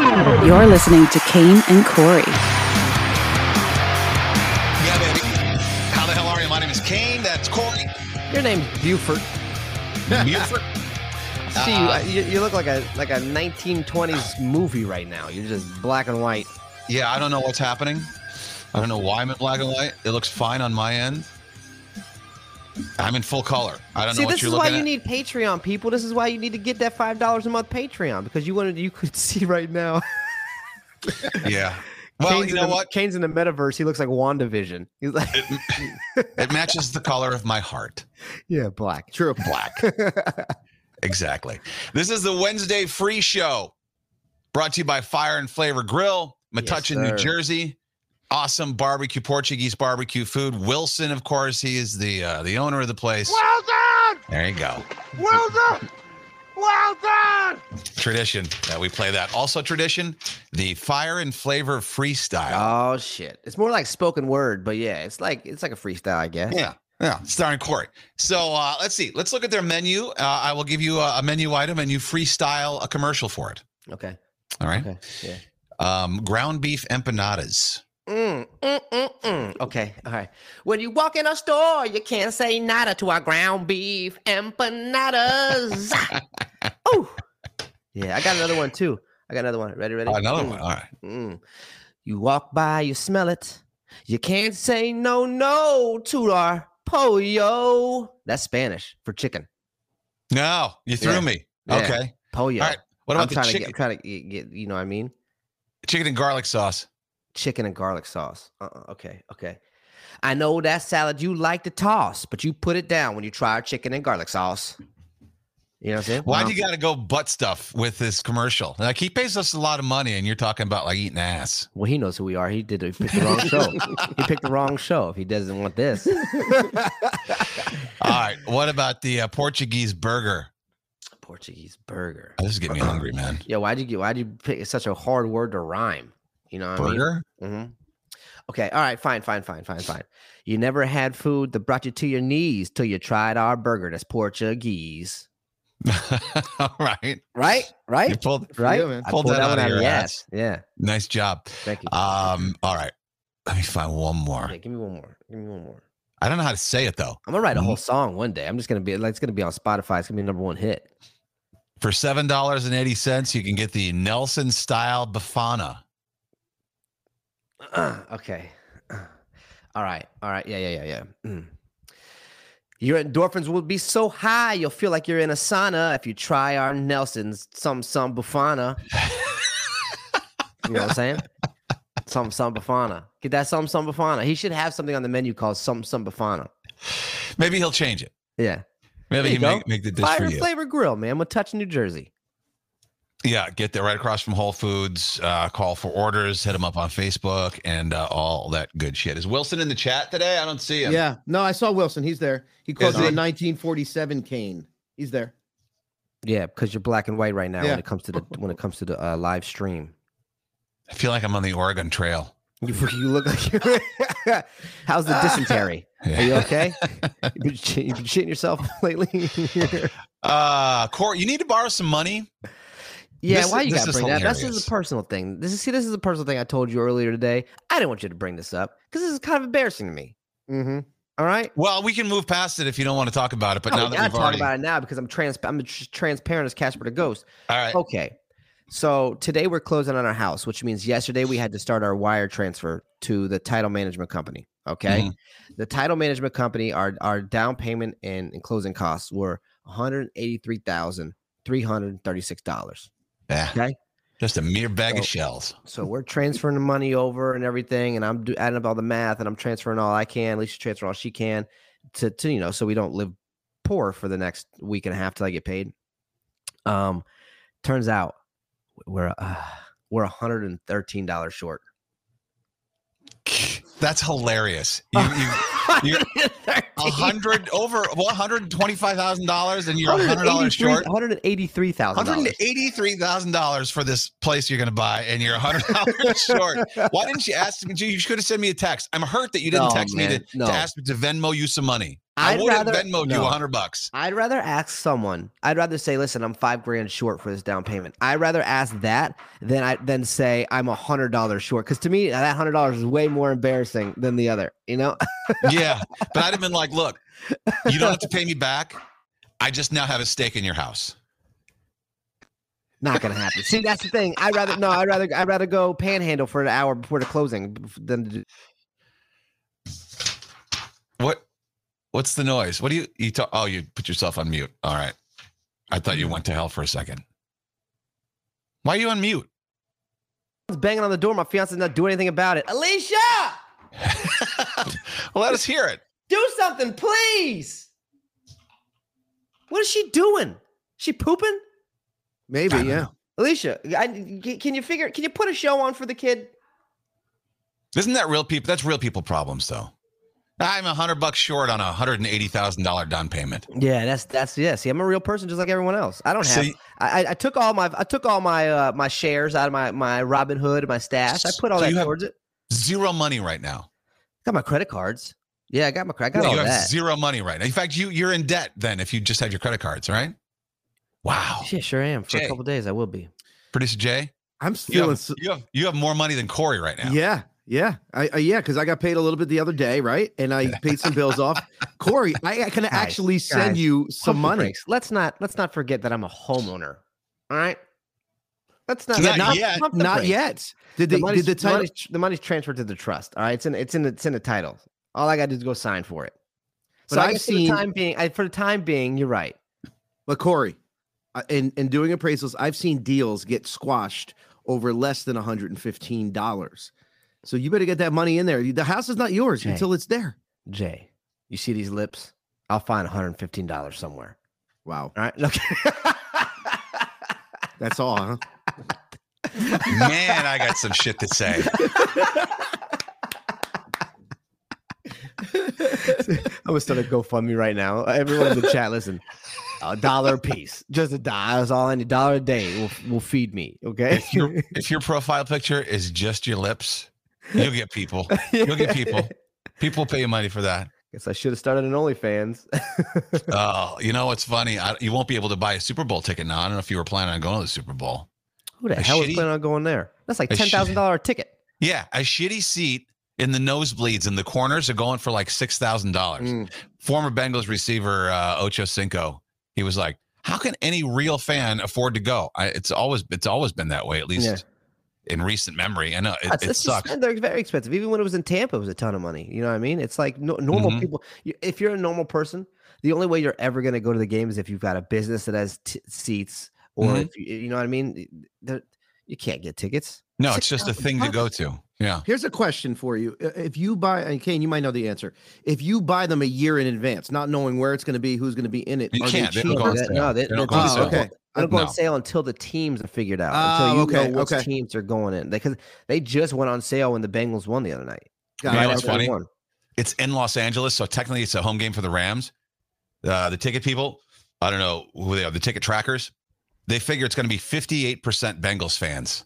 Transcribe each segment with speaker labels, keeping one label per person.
Speaker 1: You're listening to Kane and Corey.
Speaker 2: Yeah, baby. How the hell are you? My name is Kane. That's Corey.
Speaker 3: Your name's Buford.
Speaker 2: Buford.
Speaker 3: See,
Speaker 2: Uh-uh.
Speaker 3: you, you, you look like a like a 1920s movie right now. You're just black and white.
Speaker 2: Yeah, I don't know what's happening. I don't know why I'm in black and white. It looks fine on my end. I'm in full color. I don't
Speaker 3: See,
Speaker 2: know what
Speaker 3: this
Speaker 2: you're
Speaker 3: is why
Speaker 2: looking
Speaker 3: you
Speaker 2: at.
Speaker 3: need Patreon, people. This is why you need to get that five dollars a month Patreon because you wanted you could see right now.
Speaker 2: yeah. Well,
Speaker 3: Kane's
Speaker 2: you
Speaker 3: in
Speaker 2: know
Speaker 3: the,
Speaker 2: what?
Speaker 3: Kane's in the metaverse. He looks like WandaVision. He's like,
Speaker 2: It, it matches the color of my heart.
Speaker 3: yeah, black.
Speaker 2: True. Black. Exactly. This is the Wednesday free show brought to you by Fire and Flavor Grill, Metuchen, New
Speaker 3: sir.
Speaker 2: Jersey. Awesome barbecue, Portuguese barbecue food. Wilson, of course, he is the uh, the owner of the place.
Speaker 4: Wilson!
Speaker 2: There you go.
Speaker 4: Wilson! Wilson!
Speaker 2: Tradition that we play that. Also tradition, the Fire and Flavor freestyle.
Speaker 3: Oh shit! It's more like spoken word, but yeah, it's like it's like a freestyle, I guess.
Speaker 2: Yeah. Yeah, starring Corey. So uh, let's see. Let's look at their menu. Uh, I will give you a, a menu item and you freestyle a commercial for it.
Speaker 3: Okay.
Speaker 2: All right.
Speaker 3: Okay. Yeah.
Speaker 2: Um, ground beef empanadas.
Speaker 3: Mm, mm, mm, mm. Okay, all right. When you walk in a store, you can't say nada to our ground beef empanadas. oh, yeah. I got another one too. I got another one. Ready? Ready?
Speaker 2: Oh, Another
Speaker 3: Mm,
Speaker 2: one. All right.
Speaker 3: mm. You walk by, you smell it. You can't say no, no to our pollo. That's Spanish for chicken.
Speaker 2: No, you threw
Speaker 3: Yeah.
Speaker 2: me.
Speaker 3: Yeah.
Speaker 2: Okay.
Speaker 3: Pollo.
Speaker 2: All right. What
Speaker 3: I'm
Speaker 2: about the
Speaker 3: trying to
Speaker 2: chicken,
Speaker 3: get, trying to get, get- you know what I mean?
Speaker 2: chicken and garlic sauce?
Speaker 3: chicken and garlic sauce. Uh-uh, okay, okay. I know that salad you like to toss, but you put it down when you try our chicken and garlic sauce. You know what I'm saying?
Speaker 2: Why
Speaker 3: Well,
Speaker 2: do you got to go butt stuff with this commercial? Like he pays us a lot of money, and you're talking about like eating ass.
Speaker 3: Well, he knows who we are. He did. He picked the wrong show. he picked the wrong show. If he doesn't want this,
Speaker 2: All right. What about the uh, Portuguese burger?
Speaker 3: Portuguese burger.
Speaker 2: Oh, this is getting me hungry, man.
Speaker 3: Yeah, why'd you get? Why'd you pick such a hard word to rhyme? You know what I mean?
Speaker 2: Burger?
Speaker 3: hmm Okay, all right, fine, fine, fine, fine, fine. You never had food that brought you to your knees till you tried our burger. That's Portuguese,
Speaker 2: All right.
Speaker 3: right?
Speaker 2: You
Speaker 3: Right?
Speaker 2: pulled,
Speaker 3: Right?
Speaker 4: Yeah, man.
Speaker 3: I
Speaker 2: Pulled
Speaker 3: pulled
Speaker 2: that
Speaker 3: that,
Speaker 2: out
Speaker 3: one
Speaker 2: of
Speaker 3: out of
Speaker 2: your
Speaker 3: the
Speaker 2: ass.
Speaker 3: ass. Yeah.
Speaker 2: nice job.
Speaker 3: Thank you.
Speaker 2: Um. All right. Let me find one more.
Speaker 3: yeah, give me one more. Give me one more.
Speaker 2: I don't know how to say it though.
Speaker 3: I'm gonna write a
Speaker 2: Mhm.
Speaker 3: whole song one day. I'm just gonna be like it's gonna be on Spotify. It's gonna be a number one hit.
Speaker 2: For seven dollars and eighty cents, you can get the Nelson style Bafana.
Speaker 3: okay. All right. All right. Yeah. Yeah. Yeah. Yeah. Mm. Your endorphins will be so high, you'll feel like you're in a sauna if you try our Nelson's some some bufana. you know what I'm saying? Some some bufana. Get that some some bufana. He should have something on the menu called some some bufana.
Speaker 2: Maybe he'll change it.
Speaker 3: Yeah.
Speaker 2: Maybe
Speaker 3: There you
Speaker 2: he make,
Speaker 3: go.
Speaker 2: make the dish
Speaker 3: Fire
Speaker 2: for
Speaker 3: and
Speaker 2: you.
Speaker 3: flavor grill, man. We'll touch New Jersey.
Speaker 2: Yeah, get there right across from Whole Foods. Uh, call for orders. Hit them up on Facebook and uh, all that good shit. Is Wilson in the chat today? I don't see him.
Speaker 4: Yeah. No, I saw Wilson. He's there. He calls
Speaker 2: Is
Speaker 4: it
Speaker 2: he?
Speaker 4: a 1947 cane. He's there.
Speaker 3: Yeah, because you're black and white right now
Speaker 4: Yeah.
Speaker 3: when it comes to the when it comes to the uh, live stream.
Speaker 2: I feel like I'm on the Oregon Trail.
Speaker 3: You,
Speaker 2: Mm.
Speaker 3: you look like you're. How's the dysentery? Are you okay? you been, shit- you been shitting yourself lately?
Speaker 2: Uh, Corey, you need to borrow some money.
Speaker 3: yeah,
Speaker 2: This
Speaker 3: why
Speaker 2: is-
Speaker 3: you
Speaker 2: this
Speaker 3: gotta
Speaker 2: is
Speaker 3: bring that? up? This is
Speaker 2: hilarious.
Speaker 3: a personal thing. This is see, this is a personal thing I told you earlier today. I didn't want you to bring this up because this is kind of embarrassing to me.
Speaker 4: Mm-hmm.
Speaker 3: All right,
Speaker 2: Well, we can move past it if you don't want to talk about it. But
Speaker 3: No,
Speaker 2: now
Speaker 3: Oh, we
Speaker 2: that
Speaker 3: gotta
Speaker 2: we've
Speaker 3: talk
Speaker 2: already,
Speaker 3: about it now because I'm trans. I'm tr- transparent as Casper the Ghost.
Speaker 2: all right,
Speaker 3: Okay. So today we're closing on our house, which means yesterday we had to start our wire transfer to the title management company. Okay. The title management company, our our down payment and, and closing costs were $183,336.
Speaker 2: yeah,
Speaker 3: Okay.
Speaker 2: just a mere bag of
Speaker 3: So-
Speaker 2: shells.
Speaker 3: So we're transferring the money over and everything, and I'm do, adding up all the math, and I'm transferring all I can. At least transfer all she can to to you know, so we don't live poor for the next week and a half till I get paid. Um, turns out we're uh, we're 113 dollars short.
Speaker 2: That's hilarious. You, you, you're- a hundred over one hundred twenty-five thousand dollars, and you're a hundred dollars short.
Speaker 3: One hundred eighty-three thousand.
Speaker 2: One hundred eighty-three thousand dollars for this place you're going to buy, and you're a hundred dollars short. Why didn't you ask me? You should have sent me a text. I'm hurt that you didn't
Speaker 3: No,
Speaker 2: text me
Speaker 3: man,
Speaker 2: to,
Speaker 3: no.
Speaker 2: to ask me to Venmo you some money. I
Speaker 3: I'd
Speaker 2: would have
Speaker 3: rather-
Speaker 2: Venmoed you
Speaker 3: no.
Speaker 2: a hundred bucks.
Speaker 3: I'd rather ask someone. I'd rather say, "Listen, I'm five grand short for this down payment." I'd rather ask that than I than say I'm a hundred dollars short. Because to me, that hundred dollars is way more embarrassing than the other. You know?
Speaker 2: Yeah, but I'd have been like, "Look, you don't have to pay me back. I just now have a stake in your house."
Speaker 3: Not gonna happen. See, that's the thing. I'd rather no. I'd rather I'd rather go panhandle for an hour before the closing bef- than to do-
Speaker 2: What? What's the noise? What do you you talk? Oh, you put yourself on mute. All right. I thought you went to hell for a second. Why are you on mute?
Speaker 3: It's banging on the door. My fiance's not doing anything about it. Alicia,
Speaker 2: well, let us hear it.
Speaker 3: do something, please. What is she doing? She pooping?
Speaker 4: Maybe,
Speaker 2: I don't
Speaker 4: yeah.
Speaker 2: know.
Speaker 3: Alicia, I, can you figure? Can you put a show on for the kid?
Speaker 2: Isn't that real people? That's real people problems, though. I'm a hundred bucks short on a hundred and eighty thousand dollar down payment.
Speaker 3: Yeah, that's that's yeah. See, I'm a real person, just like everyone else. I don't have.
Speaker 2: See-
Speaker 3: I, I- I took all my I took all my uh, my shares out of my my Robin Hood, my stash. I put all
Speaker 2: So
Speaker 3: that
Speaker 2: you have-
Speaker 3: towards it.
Speaker 2: Zero money right now.
Speaker 3: Got my credit cards. Yeah, I got my credit. I got
Speaker 2: you
Speaker 3: all
Speaker 2: have
Speaker 3: that.
Speaker 2: zero money right now. In fact, you you're in debt then if you just had your credit cards, right? Wow.
Speaker 3: Yeah, sure am. For
Speaker 2: Jay.
Speaker 3: a couple days, I will be.
Speaker 2: Producer Jay,
Speaker 4: I'm
Speaker 2: you
Speaker 4: feeling.
Speaker 2: have,
Speaker 4: So,
Speaker 2: you have you have more money than Corey right now.
Speaker 4: yeah, yeah, I, I yeah, because I got paid a little bit the other day, right? And I paid some bills off. Corey, I, I can actually send
Speaker 3: guys,
Speaker 4: you some
Speaker 3: Pump the
Speaker 4: money.
Speaker 3: brakes. Let's not let's not forget that I'm a homeowner. All right. Let's not
Speaker 2: Not
Speaker 3: let's
Speaker 2: yet.
Speaker 3: pump the
Speaker 4: Not
Speaker 3: brakes.
Speaker 4: yet. Did
Speaker 3: The,
Speaker 4: they?
Speaker 3: money's,
Speaker 4: did the
Speaker 3: the
Speaker 4: title?
Speaker 3: money's- the money's transferred to the trust. All right. It's in it's in the, it's in the title. All I got to do is go sign for it.
Speaker 4: But
Speaker 3: So I
Speaker 4: I've
Speaker 3: guess for
Speaker 4: seen-
Speaker 3: the time being, I, for the time being, you're right.
Speaker 4: But Corey, uh, in in doing appraisals, I've seen deals get squashed over less than one hundred and fifteen dollars. So you better get that money in there. The house is not yours
Speaker 3: Hey.
Speaker 4: until it's there.
Speaker 3: Jay, you see these lips? I'll find $115 somewhere.
Speaker 4: Wow,
Speaker 3: All right. Okay.
Speaker 4: that's all, huh?
Speaker 2: Man, I got some shit to say.
Speaker 3: I'm gonna start a GoFundMe right now. Everyone in the chat, listen. A dollar a piece, just a dollar. That's all I need. A dollar a day will, will feed me. Okay.
Speaker 2: If your if your profile picture is just your lips, you'll get people. You'll get people. People pay you money for that.
Speaker 3: Guess I should have started an OnlyFans.
Speaker 2: Oh, you know what's funny? I, you won't be able to buy a Super Bowl ticket now. I don't know if you were planning on going to the Super Bowl.
Speaker 3: Who the
Speaker 2: A
Speaker 3: hell
Speaker 2: shitty-
Speaker 3: is planning on going there? That's like
Speaker 2: a
Speaker 3: ten
Speaker 2: shitty-
Speaker 3: thousand dollar ticket.
Speaker 2: Yeah, a shitty seat in the nosebleeds in the corners are going for like six thousand dollars.
Speaker 4: Mm.
Speaker 2: Former Bengals receiver uh, Ocho Cinco, he was like, "How can any real fan afford to go?" I, it's always it's always been that way, at least
Speaker 3: Yeah.
Speaker 2: in recent memory. I know it,
Speaker 3: That's-
Speaker 2: it
Speaker 3: that's just-
Speaker 2: sucks.
Speaker 3: they're very expensive. Even when it was in Tampa, it was a ton of money. You know what I mean? It's like no, normal
Speaker 2: Mhm.
Speaker 3: people. you- If you're a normal person, the only way you're ever going to go to the game is if you've got a business that has t- seats, or
Speaker 2: Mhm.
Speaker 3: if you, you know what I mean. There- you can't get tickets.
Speaker 2: No, it's just a thing to go to. Yeah.
Speaker 4: Here's a question for you. I- If you buy, and Kane, you might know the answer. If you buy them a year in advance, not knowing where it's going to be, who's going to be in it,
Speaker 2: You
Speaker 4: are
Speaker 2: can't. They
Speaker 4: They
Speaker 2: don't
Speaker 4: cheap?
Speaker 2: go on
Speaker 3: That-
Speaker 2: sale.
Speaker 3: no, they-
Speaker 2: They don't
Speaker 3: that-
Speaker 2: go on
Speaker 3: oh,
Speaker 2: sale.
Speaker 4: okay.
Speaker 3: They don't go on
Speaker 2: No. Oh,
Speaker 3: sale until the teams are figured out.
Speaker 4: Ah,
Speaker 3: until you
Speaker 4: okay,
Speaker 3: know which
Speaker 4: okay.
Speaker 3: teams are going in. Because they just went on sale when the Bengals won the other night.
Speaker 4: Got
Speaker 2: You know
Speaker 4: it.
Speaker 2: what's
Speaker 3: after they
Speaker 2: funny?
Speaker 3: won.
Speaker 2: it's in Los Angeles, so technically it's a home game for the Rams. Uh, the ticket people, I don't know who they are, the ticket trackers, they figure it's going to be 58% Bengals fans.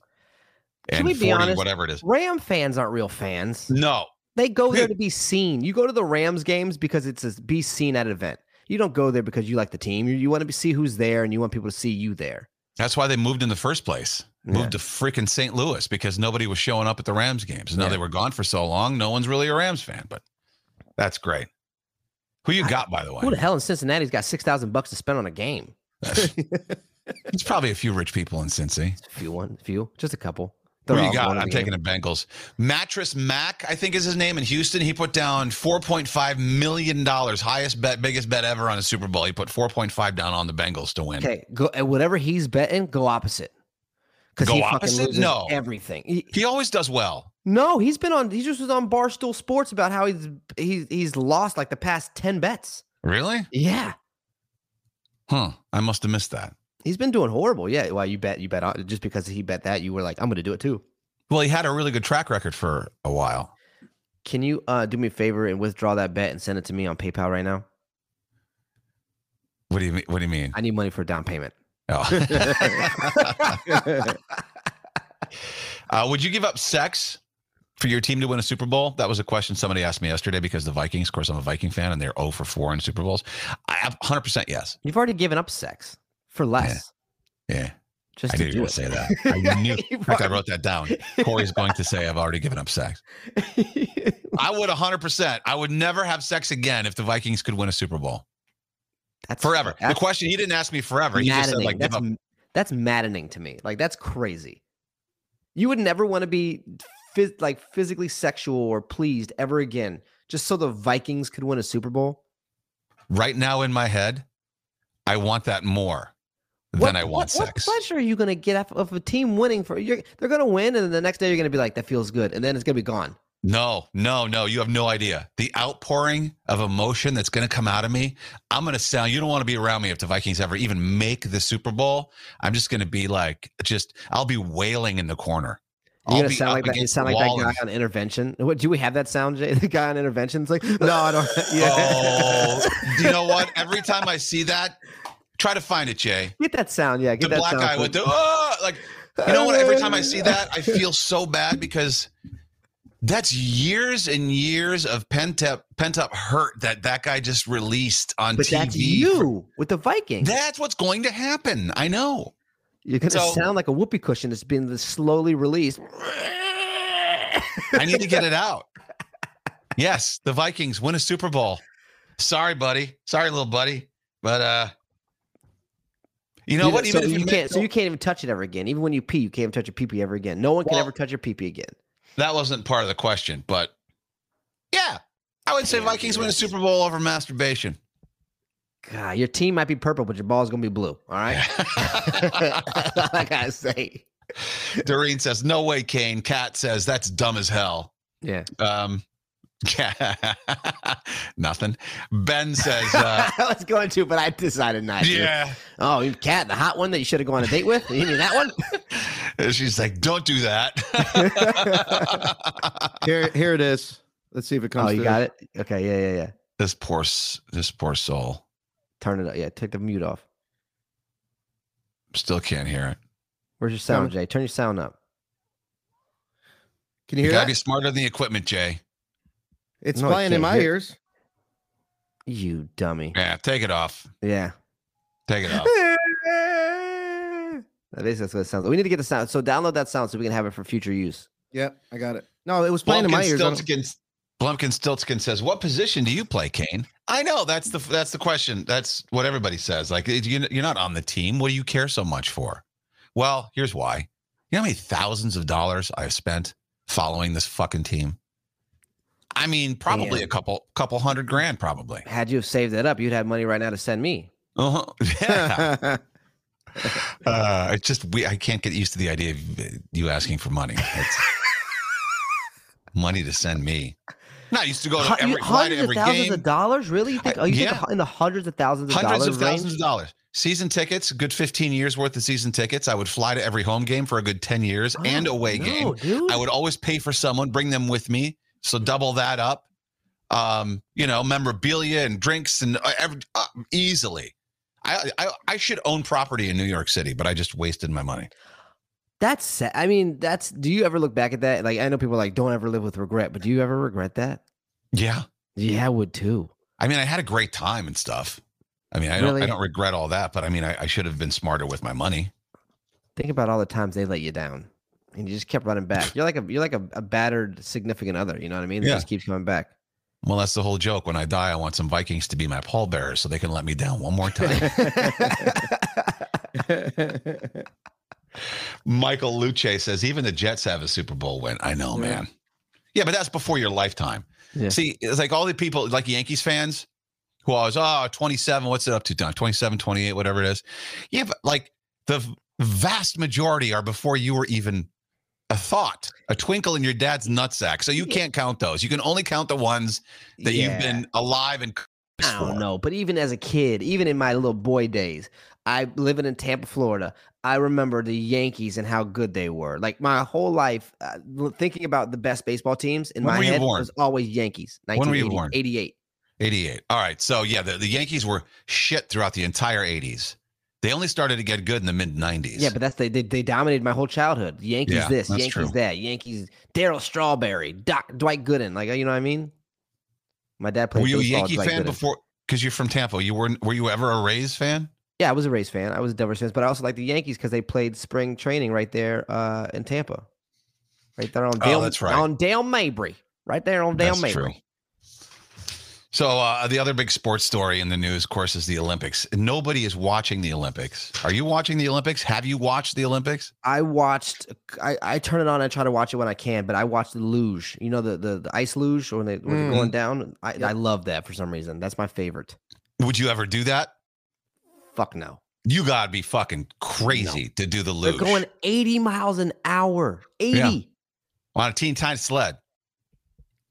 Speaker 3: Can
Speaker 2: And
Speaker 3: we be
Speaker 2: 40,
Speaker 3: honest?
Speaker 2: whatever it is.
Speaker 3: Ram fans aren't real fans.
Speaker 2: No,
Speaker 3: They go there
Speaker 2: Dude.
Speaker 3: to be seen. You go to the Rams games because it's a be seen at event. You don't go there because you like the team. You, you want to see who's there and you want people to see you there.
Speaker 2: that's why they moved in the first place.
Speaker 3: Yeah.
Speaker 2: Moved to freaking St. Louis because nobody was showing up at the Rams games. Now
Speaker 3: Yeah.
Speaker 2: they were gone for so long, no one's really a Rams fan, but that's great. Who you got, by the way?
Speaker 3: Who the hell in Cincinnati's got six thousand bucks to spend on a game?
Speaker 2: It's probably a few rich people in Cincy.
Speaker 3: It's a few, one, a few, just a couple.
Speaker 2: Who
Speaker 3: They're
Speaker 2: you
Speaker 3: all going
Speaker 2: got?
Speaker 3: to
Speaker 2: I'm
Speaker 3: the game.
Speaker 2: taking the Bengals. Mattress Mac, I think is his name in Houston. He put down 4.5 million dollars, highest bet, biggest bet ever on a Super Bowl. He put 4.5 down on the Bengals to win.
Speaker 3: Okay, go and whatever he's betting, go opposite. Because
Speaker 2: Go
Speaker 3: he fucking
Speaker 2: opposite?
Speaker 3: loses
Speaker 2: No.
Speaker 3: everything. He-
Speaker 2: He always does well.
Speaker 3: no, he's been on. He just was on Barstool Sports about how he's he's he's lost like the past ten bets.
Speaker 2: Really?
Speaker 3: Yeah,
Speaker 2: Huh. I must have missed that.
Speaker 3: he's been doing horrible. Yeah, well, you bet, you bet on just because he bet that you were like, I'm going to do it too.
Speaker 2: Well, he had a really good track record for a while.
Speaker 3: Can you uh, do me a favor and withdraw that bet and send it to me on PayPal right now?
Speaker 2: What do you mean? What do you mean?
Speaker 3: I need money for down payment.
Speaker 2: Oh. uh, would you give up sex for your team to win a Super Bowl? That was a question somebody asked me yesterday because the Vikings, of course, I'm a Viking fan, and they're 0 for 4 in Super Bowls. I have 100% yes.
Speaker 3: You've already given up sex for less.
Speaker 2: Yeah.
Speaker 3: Just
Speaker 2: I
Speaker 3: to
Speaker 2: knew you
Speaker 3: do
Speaker 2: were going
Speaker 3: it.
Speaker 2: to say that. I knew.
Speaker 3: You've
Speaker 2: In fact, I
Speaker 3: already-
Speaker 2: wrote that down. Corey's going to say I've already given up sex. I would 100%. I would never have sex again if the Vikings could win a Super Bowl
Speaker 3: That's-
Speaker 2: forever. The
Speaker 3: that's
Speaker 2: question, he didn't ask me forever. He just said,
Speaker 3: maddening.
Speaker 2: like, give
Speaker 3: that's,
Speaker 2: up.
Speaker 3: m- that's maddening to me. Like that's crazy. You would never want to be phys- like physically sexual or pleased ever again, just so the Vikings could win a Super Bowl.
Speaker 2: Right now in my head, I want that more
Speaker 3: What-
Speaker 2: than I want
Speaker 3: what, what
Speaker 2: sex.
Speaker 3: pleasure are you going to get off of a team winning for? You're, they're going to win, and then the next day you're going to be like, "That feels good," and then it's going to be gone.
Speaker 2: No, no, no. You have no idea. The outpouring of emotion that's going to come out of me. I'm going to sound, you don't want to be around me if the Vikings ever even make the Super Bowl. I'm just going to be like, just, I'll be wailing in the corner.
Speaker 3: You're
Speaker 2: I'll
Speaker 3: going to
Speaker 2: be
Speaker 3: sound
Speaker 2: up
Speaker 3: like that. You
Speaker 2: against
Speaker 3: sound
Speaker 2: the
Speaker 3: like that
Speaker 2: wall
Speaker 3: guy
Speaker 2: and-
Speaker 3: on intervention. What do we have that sound, Jay? The guy on intervention's like, "No, I don't." Yeah.
Speaker 2: Oh, do you know what? Every time I see that, try to find it, Jay.
Speaker 3: get that sound. Yeah, get
Speaker 2: the
Speaker 3: that
Speaker 2: black
Speaker 3: sound
Speaker 2: guy
Speaker 3: for-
Speaker 2: with the, oh, like, you know what? Every time I see that, I feel so bad because that's years and years of pent up, pent up hurt that that guy just released on
Speaker 3: But
Speaker 2: TV.
Speaker 3: that's you with the Vikings.
Speaker 2: That's what's going to happen. I know.
Speaker 3: You're gonna
Speaker 2: So-
Speaker 3: sound like a whoopee cushion that's been the- slowly released.
Speaker 2: I need to get it out. Yes, the Vikings win a Super Bowl. Sorry, buddy. Sorry, little buddy. But uh you know what?
Speaker 3: So
Speaker 2: Even if
Speaker 3: you
Speaker 2: you
Speaker 3: can't. So
Speaker 2: make-
Speaker 3: you can't even touch it ever again. Even when you pee, you can't even touch your pee pee ever again. No one can
Speaker 2: Well-
Speaker 3: ever touch your pee pee again.
Speaker 2: that wasn't part of the question, but yeah. I would say
Speaker 3: Damn,
Speaker 2: Vikings win a
Speaker 3: dude.
Speaker 2: Super Bowl over masturbation.
Speaker 3: God, your team might be purple, but your ball's gonna be blue. All right. That's all I gotta say.
Speaker 2: Doreen says, No way, Kane. Kat says that's dumb as hell.
Speaker 3: Yeah.
Speaker 2: Um nothing. Ben says, uh,
Speaker 3: I was going to, but I decided not to.
Speaker 2: yeah.
Speaker 3: Oh, you cat, the hot one that you should have gone on a date with. You mean that one?
Speaker 2: And She's like, don't do that.
Speaker 4: Here, here it is. Let's see if it comes.
Speaker 3: oh, you
Speaker 4: through.
Speaker 3: got it. Okay. Yeah. Yeah. Yeah.
Speaker 2: this poor, s- this poor soul
Speaker 3: Turn it up. Yeah. Take the mute off.
Speaker 2: still can't hear it.
Speaker 3: Where's your sound,
Speaker 4: Coming.
Speaker 3: Jay? Turn your sound up.
Speaker 4: Can you
Speaker 2: You
Speaker 4: hear
Speaker 2: gotta
Speaker 4: that?
Speaker 2: be smarter than the equipment, Jay.
Speaker 4: It's
Speaker 3: No, I
Speaker 4: playing in
Speaker 3: can't
Speaker 4: my
Speaker 3: hear it.
Speaker 4: ears.
Speaker 3: You dummy.
Speaker 2: Yeah, take it off.
Speaker 3: Yeah.
Speaker 2: Take it off.
Speaker 3: I think that's what it sounds like. We need to get the sound. So download that sound so we can have it for future use.
Speaker 4: Yep, I got it. No, it was playing in
Speaker 2: Blumpkin
Speaker 4: my ears. I don't-
Speaker 2: Stiltskin, Blumpkin Stiltskin says, "What position do you play, Kane?" I know that's the that's the question. That's what everybody says. Like it- you- you're not on the team. What do you care so much for? Well, here's why. You know how many thousands of dollars I've spent following this fucking team. I mean, probably
Speaker 3: Damn.
Speaker 2: a couple couple hundred grand, probably.
Speaker 3: Had you have saved that up, you'd have money right now to send me.
Speaker 2: Uh-huh. Yeah. uh, it's just we. I can't get used to the idea of uh, you asking for money. It's money to send me. Not used to go to
Speaker 3: Hu- you-
Speaker 2: Oh, every, fly to
Speaker 3: hundreds of
Speaker 2: every
Speaker 3: thousands
Speaker 2: game.
Speaker 3: of dollars? Really? You think?
Speaker 2: I-
Speaker 3: Oh, you
Speaker 2: yeah.
Speaker 3: think in the hundreds of thousands of
Speaker 2: hundreds
Speaker 3: dollars
Speaker 2: of thousands
Speaker 3: range?
Speaker 2: of dollars. Season tickets, a good 15 years worth of season tickets. I would fly to every home game for a good 10 years and
Speaker 3: Oh,
Speaker 2: away
Speaker 3: no,
Speaker 2: game.
Speaker 3: dude.
Speaker 2: I would always pay for someone, bring them with me. So double that up. Um, you know, memorabilia and drinks and uh, every, uh, easily. I, I I should own property in New York City, but I just wasted my money.
Speaker 3: That's. Sad. I mean, that's. Do you ever look back at that? Like, I know people are like don't ever live with regret, but do you ever regret that?
Speaker 2: Yeah.
Speaker 3: Yeah, I would too.
Speaker 2: I mean, I had a great time and stuff. I mean, I don't I
Speaker 3: Really?
Speaker 2: don't regret all that, but I mean, I, I should have been smarter with my money.
Speaker 3: Think about all the times they let you down, and you just kept running back. You're like a you're like a, a battered significant other. You know what I mean? That
Speaker 2: Yeah.
Speaker 3: just keeps coming back.
Speaker 2: Well, that's the whole joke. When I die, I want some Vikings to be my pallbearers so they can let me down one more time. Michael Luce says even the Jets have a Super Bowl win. I know,
Speaker 3: Yeah.
Speaker 2: man. Yeah, but that's before your lifetime.
Speaker 3: Yeah.
Speaker 2: See, it's like all the people, like Yankees fans, who always, oh, 27, what's it up to, Don? 27, 28, whatever it is. Yeah, but like the v- vast majority are before you were even a thought, a twinkle in your dad's nutsack. So you
Speaker 3: Yeah.
Speaker 2: can't count those. You can only count the ones that you've
Speaker 3: Yeah.
Speaker 2: been alive and.
Speaker 3: I
Speaker 2: for.
Speaker 3: don't know, but even as a kid, even in my little boy days, I living in Tampa, Florida. I remember the Yankees and how good they were. Like my whole life, uh, l- thinking about the best baseball teams in
Speaker 2: When
Speaker 3: my
Speaker 2: were you
Speaker 3: head
Speaker 2: born?
Speaker 3: was always Yankees.
Speaker 2: When were you
Speaker 3: 1980
Speaker 2: born?
Speaker 3: 88.
Speaker 2: 88. All right. So, yeah, the, the Yankees were shit throughout the entire 80s. They only started to get good in the mid 90s.
Speaker 3: Yeah, but that's they, they they dominated my whole childhood. Yankees
Speaker 2: Yeah,
Speaker 3: this,
Speaker 2: that's
Speaker 3: Yankees
Speaker 2: true.
Speaker 3: that, Yankees Daryl Strawberry, Doc, Dwight Gooden. Like you know what I mean? My dad played.
Speaker 2: were you a
Speaker 3: baseball with
Speaker 2: Yankee
Speaker 3: Dwight
Speaker 2: fan
Speaker 3: Gooden.
Speaker 2: before? Because you're from Tampa. You were were you ever a Rays fan?
Speaker 3: Yeah, I was a Rays fan. I was a Devers fan, but I also like the Yankees because they played spring training right there uh, in Tampa, right there on
Speaker 2: Oh,
Speaker 3: Dale
Speaker 2: that's right.
Speaker 3: on Dale Mabry, right there on Dale
Speaker 2: That's
Speaker 3: Mabry.
Speaker 2: true. So uh, the other big sports story in the news, of course, is the Olympics. Nobody is watching the Olympics. Are you watching the Olympics? Have you watched the Olympics?
Speaker 3: I watched. I, I turn it on. I try to watch it when I can, but I watched the luge. You know the the, the ice luge when they
Speaker 2: Mm-hmm.
Speaker 3: when
Speaker 4: Mm.
Speaker 3: they're going down. I,
Speaker 4: Yep.
Speaker 3: I love that for some reason. That's my favorite.
Speaker 2: Would you ever do that?
Speaker 3: Fuck no.
Speaker 2: You gotta be fucking crazy to do the luge
Speaker 3: They're going eighty miles an hour. 80,
Speaker 2: on a teen time sled.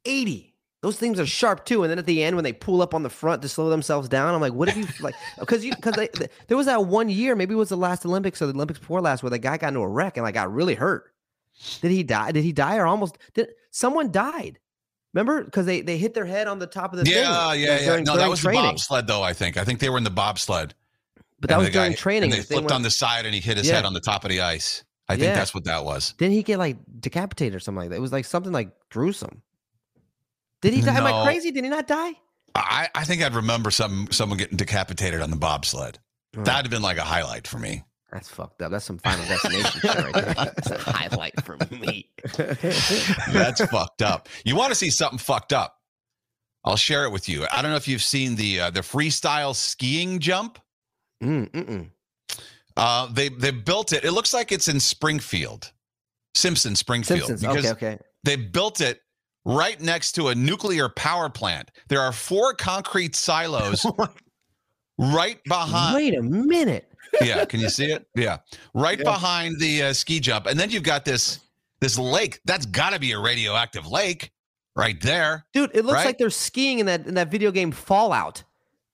Speaker 3: 80. Those things are sharp too. And then at the end, when they pull up on the front to slow themselves down, I'm like, what if you like? Because you because there was that one year, maybe it was the last Olympics or the Olympics before last, where the guy got into a wreck and like got really hurt. Did he die? Did he die or almost? Did someone died? Remember? Because they they hit their head on the top of the thing.
Speaker 2: Yeah, yeah, yeah.
Speaker 3: during-
Speaker 2: no, that
Speaker 3: during
Speaker 2: was
Speaker 3: training.
Speaker 2: the bobsled though. I think. I think they were in the bobsled.
Speaker 3: But that
Speaker 2: and
Speaker 3: was
Speaker 2: the guy-
Speaker 3: during training.
Speaker 2: And they
Speaker 3: the thing
Speaker 2: flipped
Speaker 3: went-
Speaker 2: on the side, and he hit his
Speaker 3: Yeah.
Speaker 2: head on the top of the ice. I think
Speaker 3: Yeah.
Speaker 2: that's what that was.
Speaker 3: Didn't he get like decapitated or something like that? It was like something like gruesome. Did he die? Am
Speaker 2: No.
Speaker 3: I crazy? Did he not die?
Speaker 2: I, I think I'd remember some someone getting decapitated on the bobsled.
Speaker 3: Oh.
Speaker 2: That'd have been like a highlight for me.
Speaker 3: That's fucked up. That's some Final Destination shit right there. That's a highlight for me.
Speaker 2: That's fucked up. You want to see something fucked up? I'll share it with you. I don't know if you've seen the uh, the freestyle skiing jump.
Speaker 3: Mm, mm-mm.
Speaker 2: Uh, they they built it. It looks like it's in Springfield, Simpson Springfield,
Speaker 3: Simpsons.
Speaker 2: because
Speaker 3: Okay, okay.
Speaker 2: they built it right next to a nuclear power plant. There are four concrete silos right behind.
Speaker 3: Wait a minute.
Speaker 2: yeah can you see it yeah right
Speaker 4: Yeah.
Speaker 2: behind the uh, ski jump and then you've got this this lake that's got to be a radioactive lake right there
Speaker 3: Dude, it looks
Speaker 2: Right?
Speaker 3: like they're skiing in that in that video game Fallout.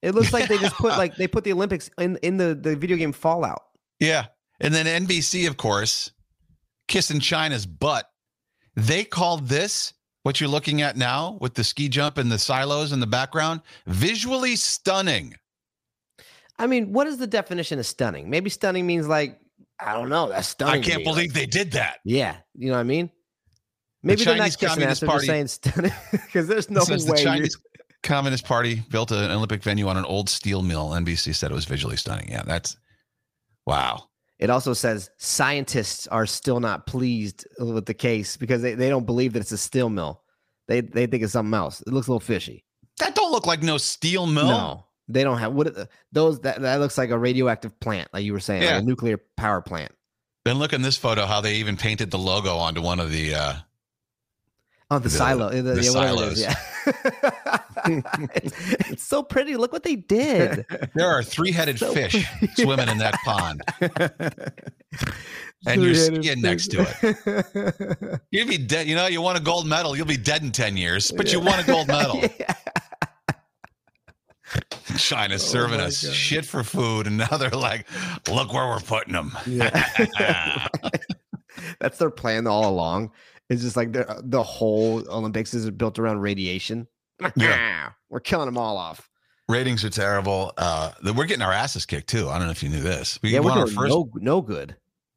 Speaker 3: It looks like they just put like they put the Olympics in in the, the video game Fallout.
Speaker 2: yeah and then nbc of course kissing china's butt they called this what you're looking at now with the ski jump and the silos in the background visually stunning
Speaker 3: I mean, what is the definition of stunning? Maybe stunning means like I don't know. That's
Speaker 2: i
Speaker 3: stunning. to
Speaker 2: can't
Speaker 3: me, like-
Speaker 2: believe they did that
Speaker 3: Yeah, you know what I mean. Maybe they're
Speaker 2: Chinese
Speaker 3: not kissing
Speaker 2: Communist
Speaker 3: ass. They're just
Speaker 2: Party-
Speaker 3: saying stunning because there's no
Speaker 2: Since
Speaker 3: way.
Speaker 2: the
Speaker 3: you-
Speaker 2: Chinese Communist Party built an Olympic venue on an old steel mill, NBC said it was visually stunning. Yeah, that's wow.
Speaker 3: It also says scientists are still not pleased with the case because they, they don't believe that it's a steel mill. They they think it's something else. It looks a little fishy.
Speaker 2: That don't look like no steel mill.
Speaker 3: they don't have what those that that looks like a radioactive plant, like you were saying,
Speaker 2: Yeah.
Speaker 3: like a nuclear power plant
Speaker 2: Then look in this photo how they even painted the logo onto one of the. Uh,
Speaker 3: on Oh,
Speaker 2: The-
Speaker 3: the, silo. The,
Speaker 2: the
Speaker 3: yeah, whatever it is, yeah. it's, it's so pretty. Look what they did.
Speaker 2: there are three-headed
Speaker 3: So
Speaker 2: fish swimming in that pond, and your skin next to it.
Speaker 3: it.
Speaker 2: You'd be dead. You know, you want a gold medal, you'll be dead in ten years, but you want a gold medal. China's
Speaker 4: Oh
Speaker 2: serving
Speaker 4: my
Speaker 2: us
Speaker 4: God.
Speaker 2: shit for food, and now they're like, "Look where we're putting them."
Speaker 4: Yeah.
Speaker 3: That's their plan all along. It's just like the the whole Olympics is built around radiation.
Speaker 2: Yeah.
Speaker 3: We're killing them all off.
Speaker 2: Ratings are terrible. Uh, the- we're getting our asses kicked too. I don't know if you knew this. We
Speaker 3: yeah, we're
Speaker 2: won our
Speaker 3: doing
Speaker 2: first
Speaker 3: no no good.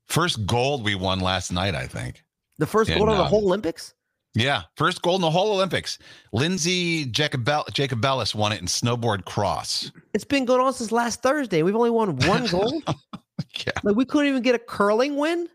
Speaker 2: first gold we won last night. I think.
Speaker 3: The first
Speaker 2: Yeah,
Speaker 3: goal of the
Speaker 2: no.
Speaker 3: whole Olympics.
Speaker 2: Yeah, first gold in the whole Olympics. Lindsay Jacobel- Jacobellis won it in snowboard cross.
Speaker 3: It's been going on since last Thursday. We've only won one gold.
Speaker 2: Yeah.
Speaker 3: Like we couldn't even get a curling win.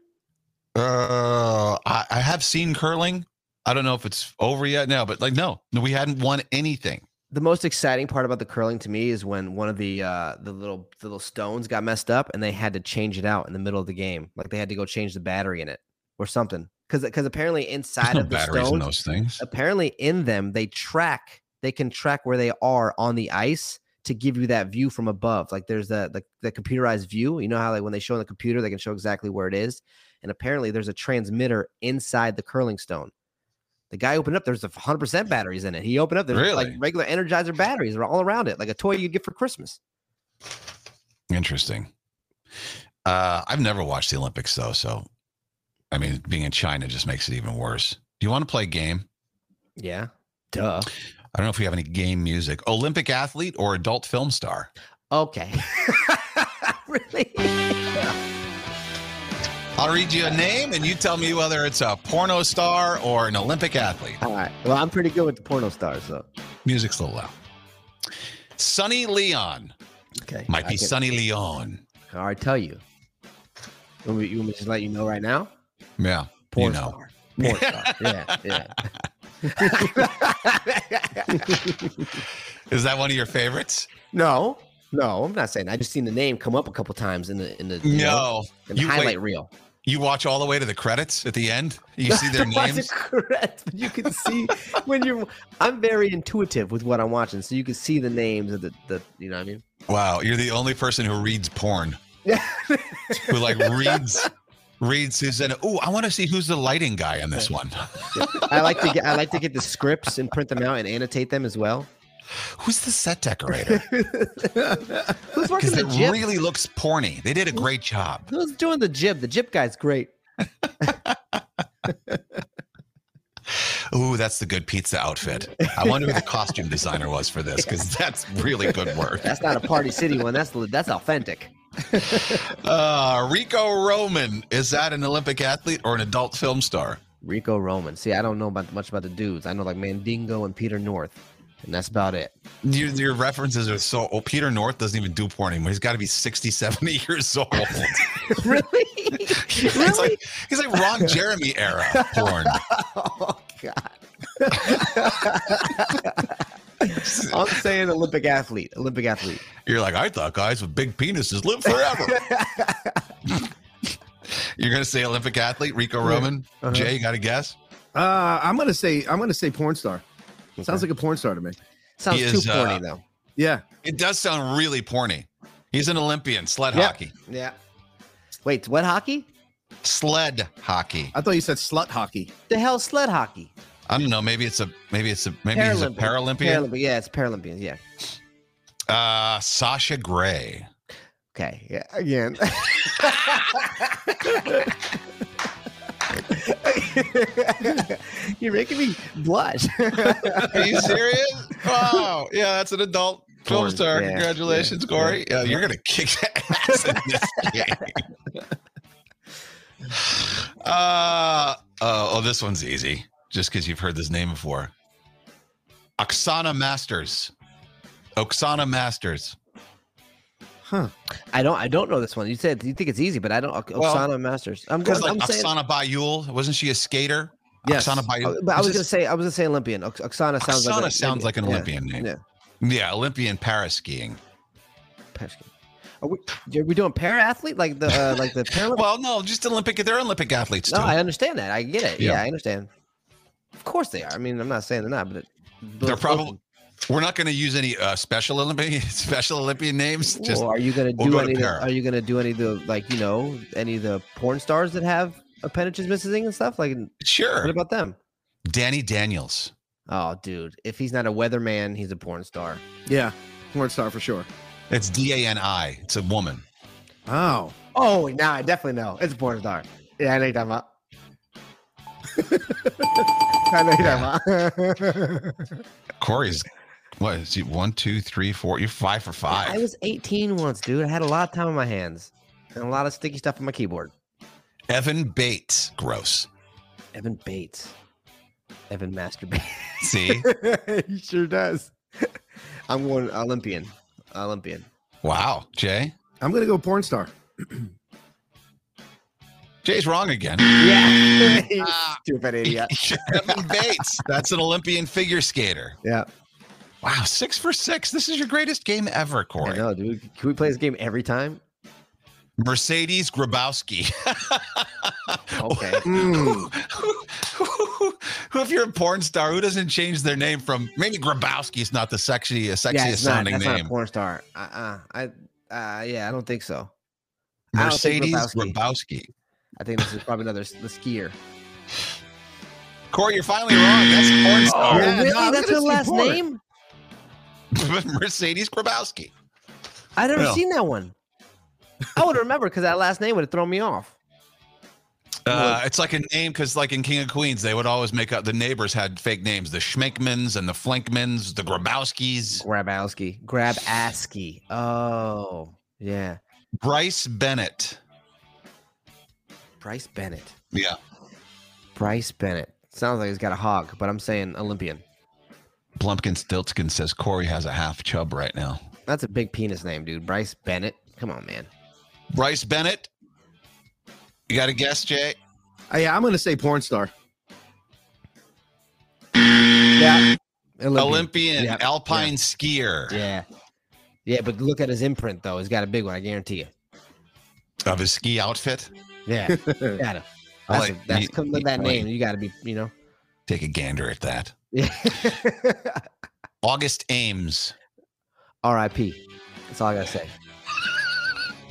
Speaker 2: Uh, I, I have seen curling. I don't know if it's over yet now, but like, no, no, we hadn't won anything.
Speaker 3: The most exciting part about the curling to me is when one of the uh, the little the little stones got messed up and they had to change it out in the middle of the game. Like they had to go change the battery in it or something. Because because apparently
Speaker 2: There's
Speaker 3: inside
Speaker 2: no
Speaker 3: of the
Speaker 2: batteries in
Speaker 3: stones,
Speaker 2: those things.
Speaker 3: apparently in them they track they can track where they are on the ice to give you that view from above like there's the the, the computerized view you know how like when they show on the computer they can show exactly where it is and apparently there's a transmitter inside the curling stone the guy opened up there's a 100% batteries in it he opened up there's like
Speaker 2: Really?
Speaker 3: regular energizer batteries are all around it like a toy you'd get for christmas
Speaker 2: Interesting. Uh, I've never watched the Olympics though, so I mean, being in China just makes it even worse. Do you want to play a game?
Speaker 3: Yeah.
Speaker 2: I
Speaker 3: Duh.
Speaker 2: don't know if we have any game music. Olympic athlete or adult film star?
Speaker 3: Okay. really?
Speaker 2: I'll read you a name and you tell me whether it's a porno star or an Olympic athlete.
Speaker 3: All right. Well, I'm pretty good with the porno stars, though.
Speaker 2: Music's a little loud. Sonny Leon.
Speaker 3: Okay.
Speaker 2: Might
Speaker 3: I
Speaker 2: be
Speaker 3: can-
Speaker 2: Sonny Leon.
Speaker 3: I already tell you. You want me, you want me to just let you know right now?
Speaker 2: Yeah.
Speaker 3: Porn
Speaker 2: know.
Speaker 3: star. Porn star. Yeah. Yeah.
Speaker 2: Is that one of your favorites?
Speaker 3: no. No, I'm not saying. I just seen the name come up a couple times in the in the you know, in the
Speaker 2: You
Speaker 3: highlight
Speaker 2: wait.
Speaker 3: reel.
Speaker 2: You watch all the way to the credits at the end. You see their
Speaker 3: That wasn't
Speaker 2: names.
Speaker 3: correct, but you can see when you're. I'm very intuitive with what I'm watching, so you can see the names of the, the you know what I mean.
Speaker 2: Wow, you're the only person who reads porn.
Speaker 3: Yeah.
Speaker 2: who like reads reads Susanna. Oh, I want to see who's the lighting guy on this one.
Speaker 3: I like to get I like to get the scripts and print them out and annotate them as well.
Speaker 2: Who's the set decorator?
Speaker 3: Who's
Speaker 2: Because
Speaker 3: working the
Speaker 2: it
Speaker 3: gym?
Speaker 2: really looks porny. They did a great job.
Speaker 3: Who's doing the jib? The jib guy's great.
Speaker 2: Ooh, that's the good pizza outfit. I wonder who the costume designer was for this because that's really good work.
Speaker 3: That's not a Party City one. That's that's authentic.
Speaker 2: Uh, Rico Roman is that an Olympic athlete or an adult film star?
Speaker 3: Rico Roman. See, I don't know about much about the dudes. I know like Mandingo and Peter North, and that's about it.
Speaker 2: Your, your references are so. Oh, Peter North doesn't even do porn anymore. He's got to be 60, 70 years old.
Speaker 3: really?
Speaker 2: He's like he's like Ron Jeremy era porn.
Speaker 3: Oh God. I'm saying Olympic athlete. Olympic athlete.
Speaker 2: You're like, I thought guys with big penises live forever. You're gonna say Olympic athlete Rico Roman?
Speaker 3: Uh-huh.
Speaker 2: Jay, you got a guess?
Speaker 4: Uh, I'm gonna say I'm gonna say porn star. Sounds like a porn star to me.
Speaker 3: Sounds
Speaker 2: He
Speaker 3: too
Speaker 2: is,
Speaker 3: corny
Speaker 2: uh,
Speaker 3: though.
Speaker 4: Yeah.
Speaker 2: It does sound really porny. He's an Olympian, sled
Speaker 3: Yep.
Speaker 2: hockey.
Speaker 3: Yeah. Wait, what hockey?
Speaker 2: Sled hockey.
Speaker 4: I thought you said slut hockey.
Speaker 3: The hell sled hockey.
Speaker 2: I don't know. Maybe it's a maybe it's a maybe he's a Paralympian.
Speaker 3: Paralympic. Yeah, it's Paralympians. Yeah.
Speaker 2: Uh Sasha Gray.
Speaker 3: Okay. Yeah. Again. You're making me blush.
Speaker 2: Are you serious? Wow. Yeah, that's an adult film
Speaker 3: Porn.
Speaker 2: star.
Speaker 3: Yeah,
Speaker 2: Congratulations,
Speaker 3: yeah,
Speaker 2: Corey.
Speaker 3: yeah.
Speaker 2: Yeah, you're gonna kick ass in this game. uh, oh, oh, this one's easy. Just because you've heard this name before. Oksana Masters. Oksana Masters.
Speaker 4: Huh.
Speaker 3: I don't. I don't know this one. You said you think it's easy, but I don't. Oksana
Speaker 2: Well,
Speaker 3: Masters. I'm
Speaker 2: Because
Speaker 3: going.
Speaker 2: like
Speaker 3: I'm saying.
Speaker 2: Oksana Bayul, wasn't she a skater?
Speaker 4: Yes.
Speaker 2: Oksana Bayul.
Speaker 3: Oh, But I
Speaker 2: Is
Speaker 3: was
Speaker 2: this-
Speaker 3: gonna say. I was gonna say Olympian. Oks- Oksana sounds like.
Speaker 2: Oksana
Speaker 3: a-
Speaker 2: sounds like an
Speaker 3: yeah,
Speaker 2: Olympian name.
Speaker 3: yeah.
Speaker 2: Yeah. Olympian para skiing.
Speaker 3: Pesky. Are we, are we doing para athlete like the uh, like the Paralympic?
Speaker 2: Well, no, just Olympic. They're Olympic athletes too.
Speaker 3: no, I understand that. I get it. Yeah.
Speaker 2: Yeah.
Speaker 3: I understand. Of course they are. I mean, I'm not saying they're not, but it,
Speaker 2: They're probably. We're not going to use any uh, special Olympic special Olympian names. Just
Speaker 3: Well, are you gonna
Speaker 2: we'll
Speaker 3: do
Speaker 2: go to
Speaker 3: any? of the,
Speaker 2: para.
Speaker 3: are you gonna do any of the like you know any of the porn stars that have appendages missing and stuff? Like, what
Speaker 2: sure.
Speaker 3: about them?
Speaker 2: Danny Daniels.
Speaker 3: Oh, dude, if he's not a weatherman, he's a porn star.
Speaker 4: Yeah. Porn star for sure.
Speaker 2: It's D A N I. It's a woman.
Speaker 4: Oh.
Speaker 3: Oh, now I definitely know. It's a porn star. Yeah, I know you're talking about. I know you're talking about.
Speaker 2: Corey's. What is he? One, two, three, four. You're five for
Speaker 3: I
Speaker 2: five.
Speaker 3: was 18 once, dude. I had a lot of time on my hands and a lot of sticky stuff on my keyboard.
Speaker 2: Evan Bates. Gross.
Speaker 3: Evan Bates. Evan masturbates.
Speaker 2: See?
Speaker 3: he sure does. I'm going Olympian. Olympian.
Speaker 2: wow. Jay.
Speaker 4: I'm gonna go porn star.
Speaker 2: Jay's wrong again.
Speaker 3: Yeah. Ah. You Stupid idiot.
Speaker 2: Evan Bates. That's an Olympian figure skater.
Speaker 3: Yeah.
Speaker 2: Wow. Six for six. This is your greatest game ever,
Speaker 3: I
Speaker 2: Corey.
Speaker 3: know, dude. Can we play this game every time?
Speaker 2: Mercedes Grabowski.
Speaker 3: Okay.
Speaker 4: Mm.
Speaker 2: who, who, who- who- if you're a porn star, who doesn't change their name from maybe Grabowski's not the sexy, sexiest
Speaker 3: it's not-
Speaker 2: sounding
Speaker 3: that's Not
Speaker 2: name.
Speaker 3: a porn star. Uh, uh, I, uh, yeah, I don't think so. I don't think
Speaker 2: Mercedes
Speaker 3: Grabowski.
Speaker 2: Grabowski.
Speaker 3: I think this is probably another s- the skier.
Speaker 2: Corey, you're finally wrong. That's a porn star.
Speaker 4: Oh, Yeah, no, I'm gonna say porn.
Speaker 2: Mercedes Grabowski.
Speaker 3: I never
Speaker 2: Yeah.
Speaker 3: seen that one. I would remember because that last name would have thrown me off.
Speaker 2: Uh, it's like a name because, like in King of Queens, they would always make up the neighbors had fake names the Schminkmans and the Flinkmans, the Grabowskis.
Speaker 3: Grabowski. Grabaski. Oh, yeah.
Speaker 2: Bryce Bennett.
Speaker 3: Bryce Bennett.
Speaker 2: Yeah.
Speaker 3: Bryce Bennett. Sounds like he's got a hog, but I'm saying Olympian.
Speaker 2: Plumpkin Stiltskin says Corey has a half chub right now.
Speaker 3: That's a big penis name, dude. Bryce Bennett. Come on, man.
Speaker 2: Bryce Bennett. You got a guess, Jay?
Speaker 4: I, I'm going to say porn star.
Speaker 3: Yeah. Olympian.
Speaker 2: Olympian,
Speaker 3: Yeah.
Speaker 2: alpine skier
Speaker 3: Yeah. Yeah, but look at his imprint though. He's got a big one, I guarantee you.
Speaker 2: of his ski outfit.
Speaker 3: Yeah. got him.
Speaker 2: I
Speaker 3: That's, a-
Speaker 2: like-
Speaker 3: that's
Speaker 2: you-
Speaker 3: come
Speaker 2: you-
Speaker 3: with that
Speaker 2: I like-
Speaker 3: name. You got to be, you know.
Speaker 2: Take a gander at that.
Speaker 3: Yeah.
Speaker 2: August Ames.
Speaker 3: R.I.P. That's all I gotta say.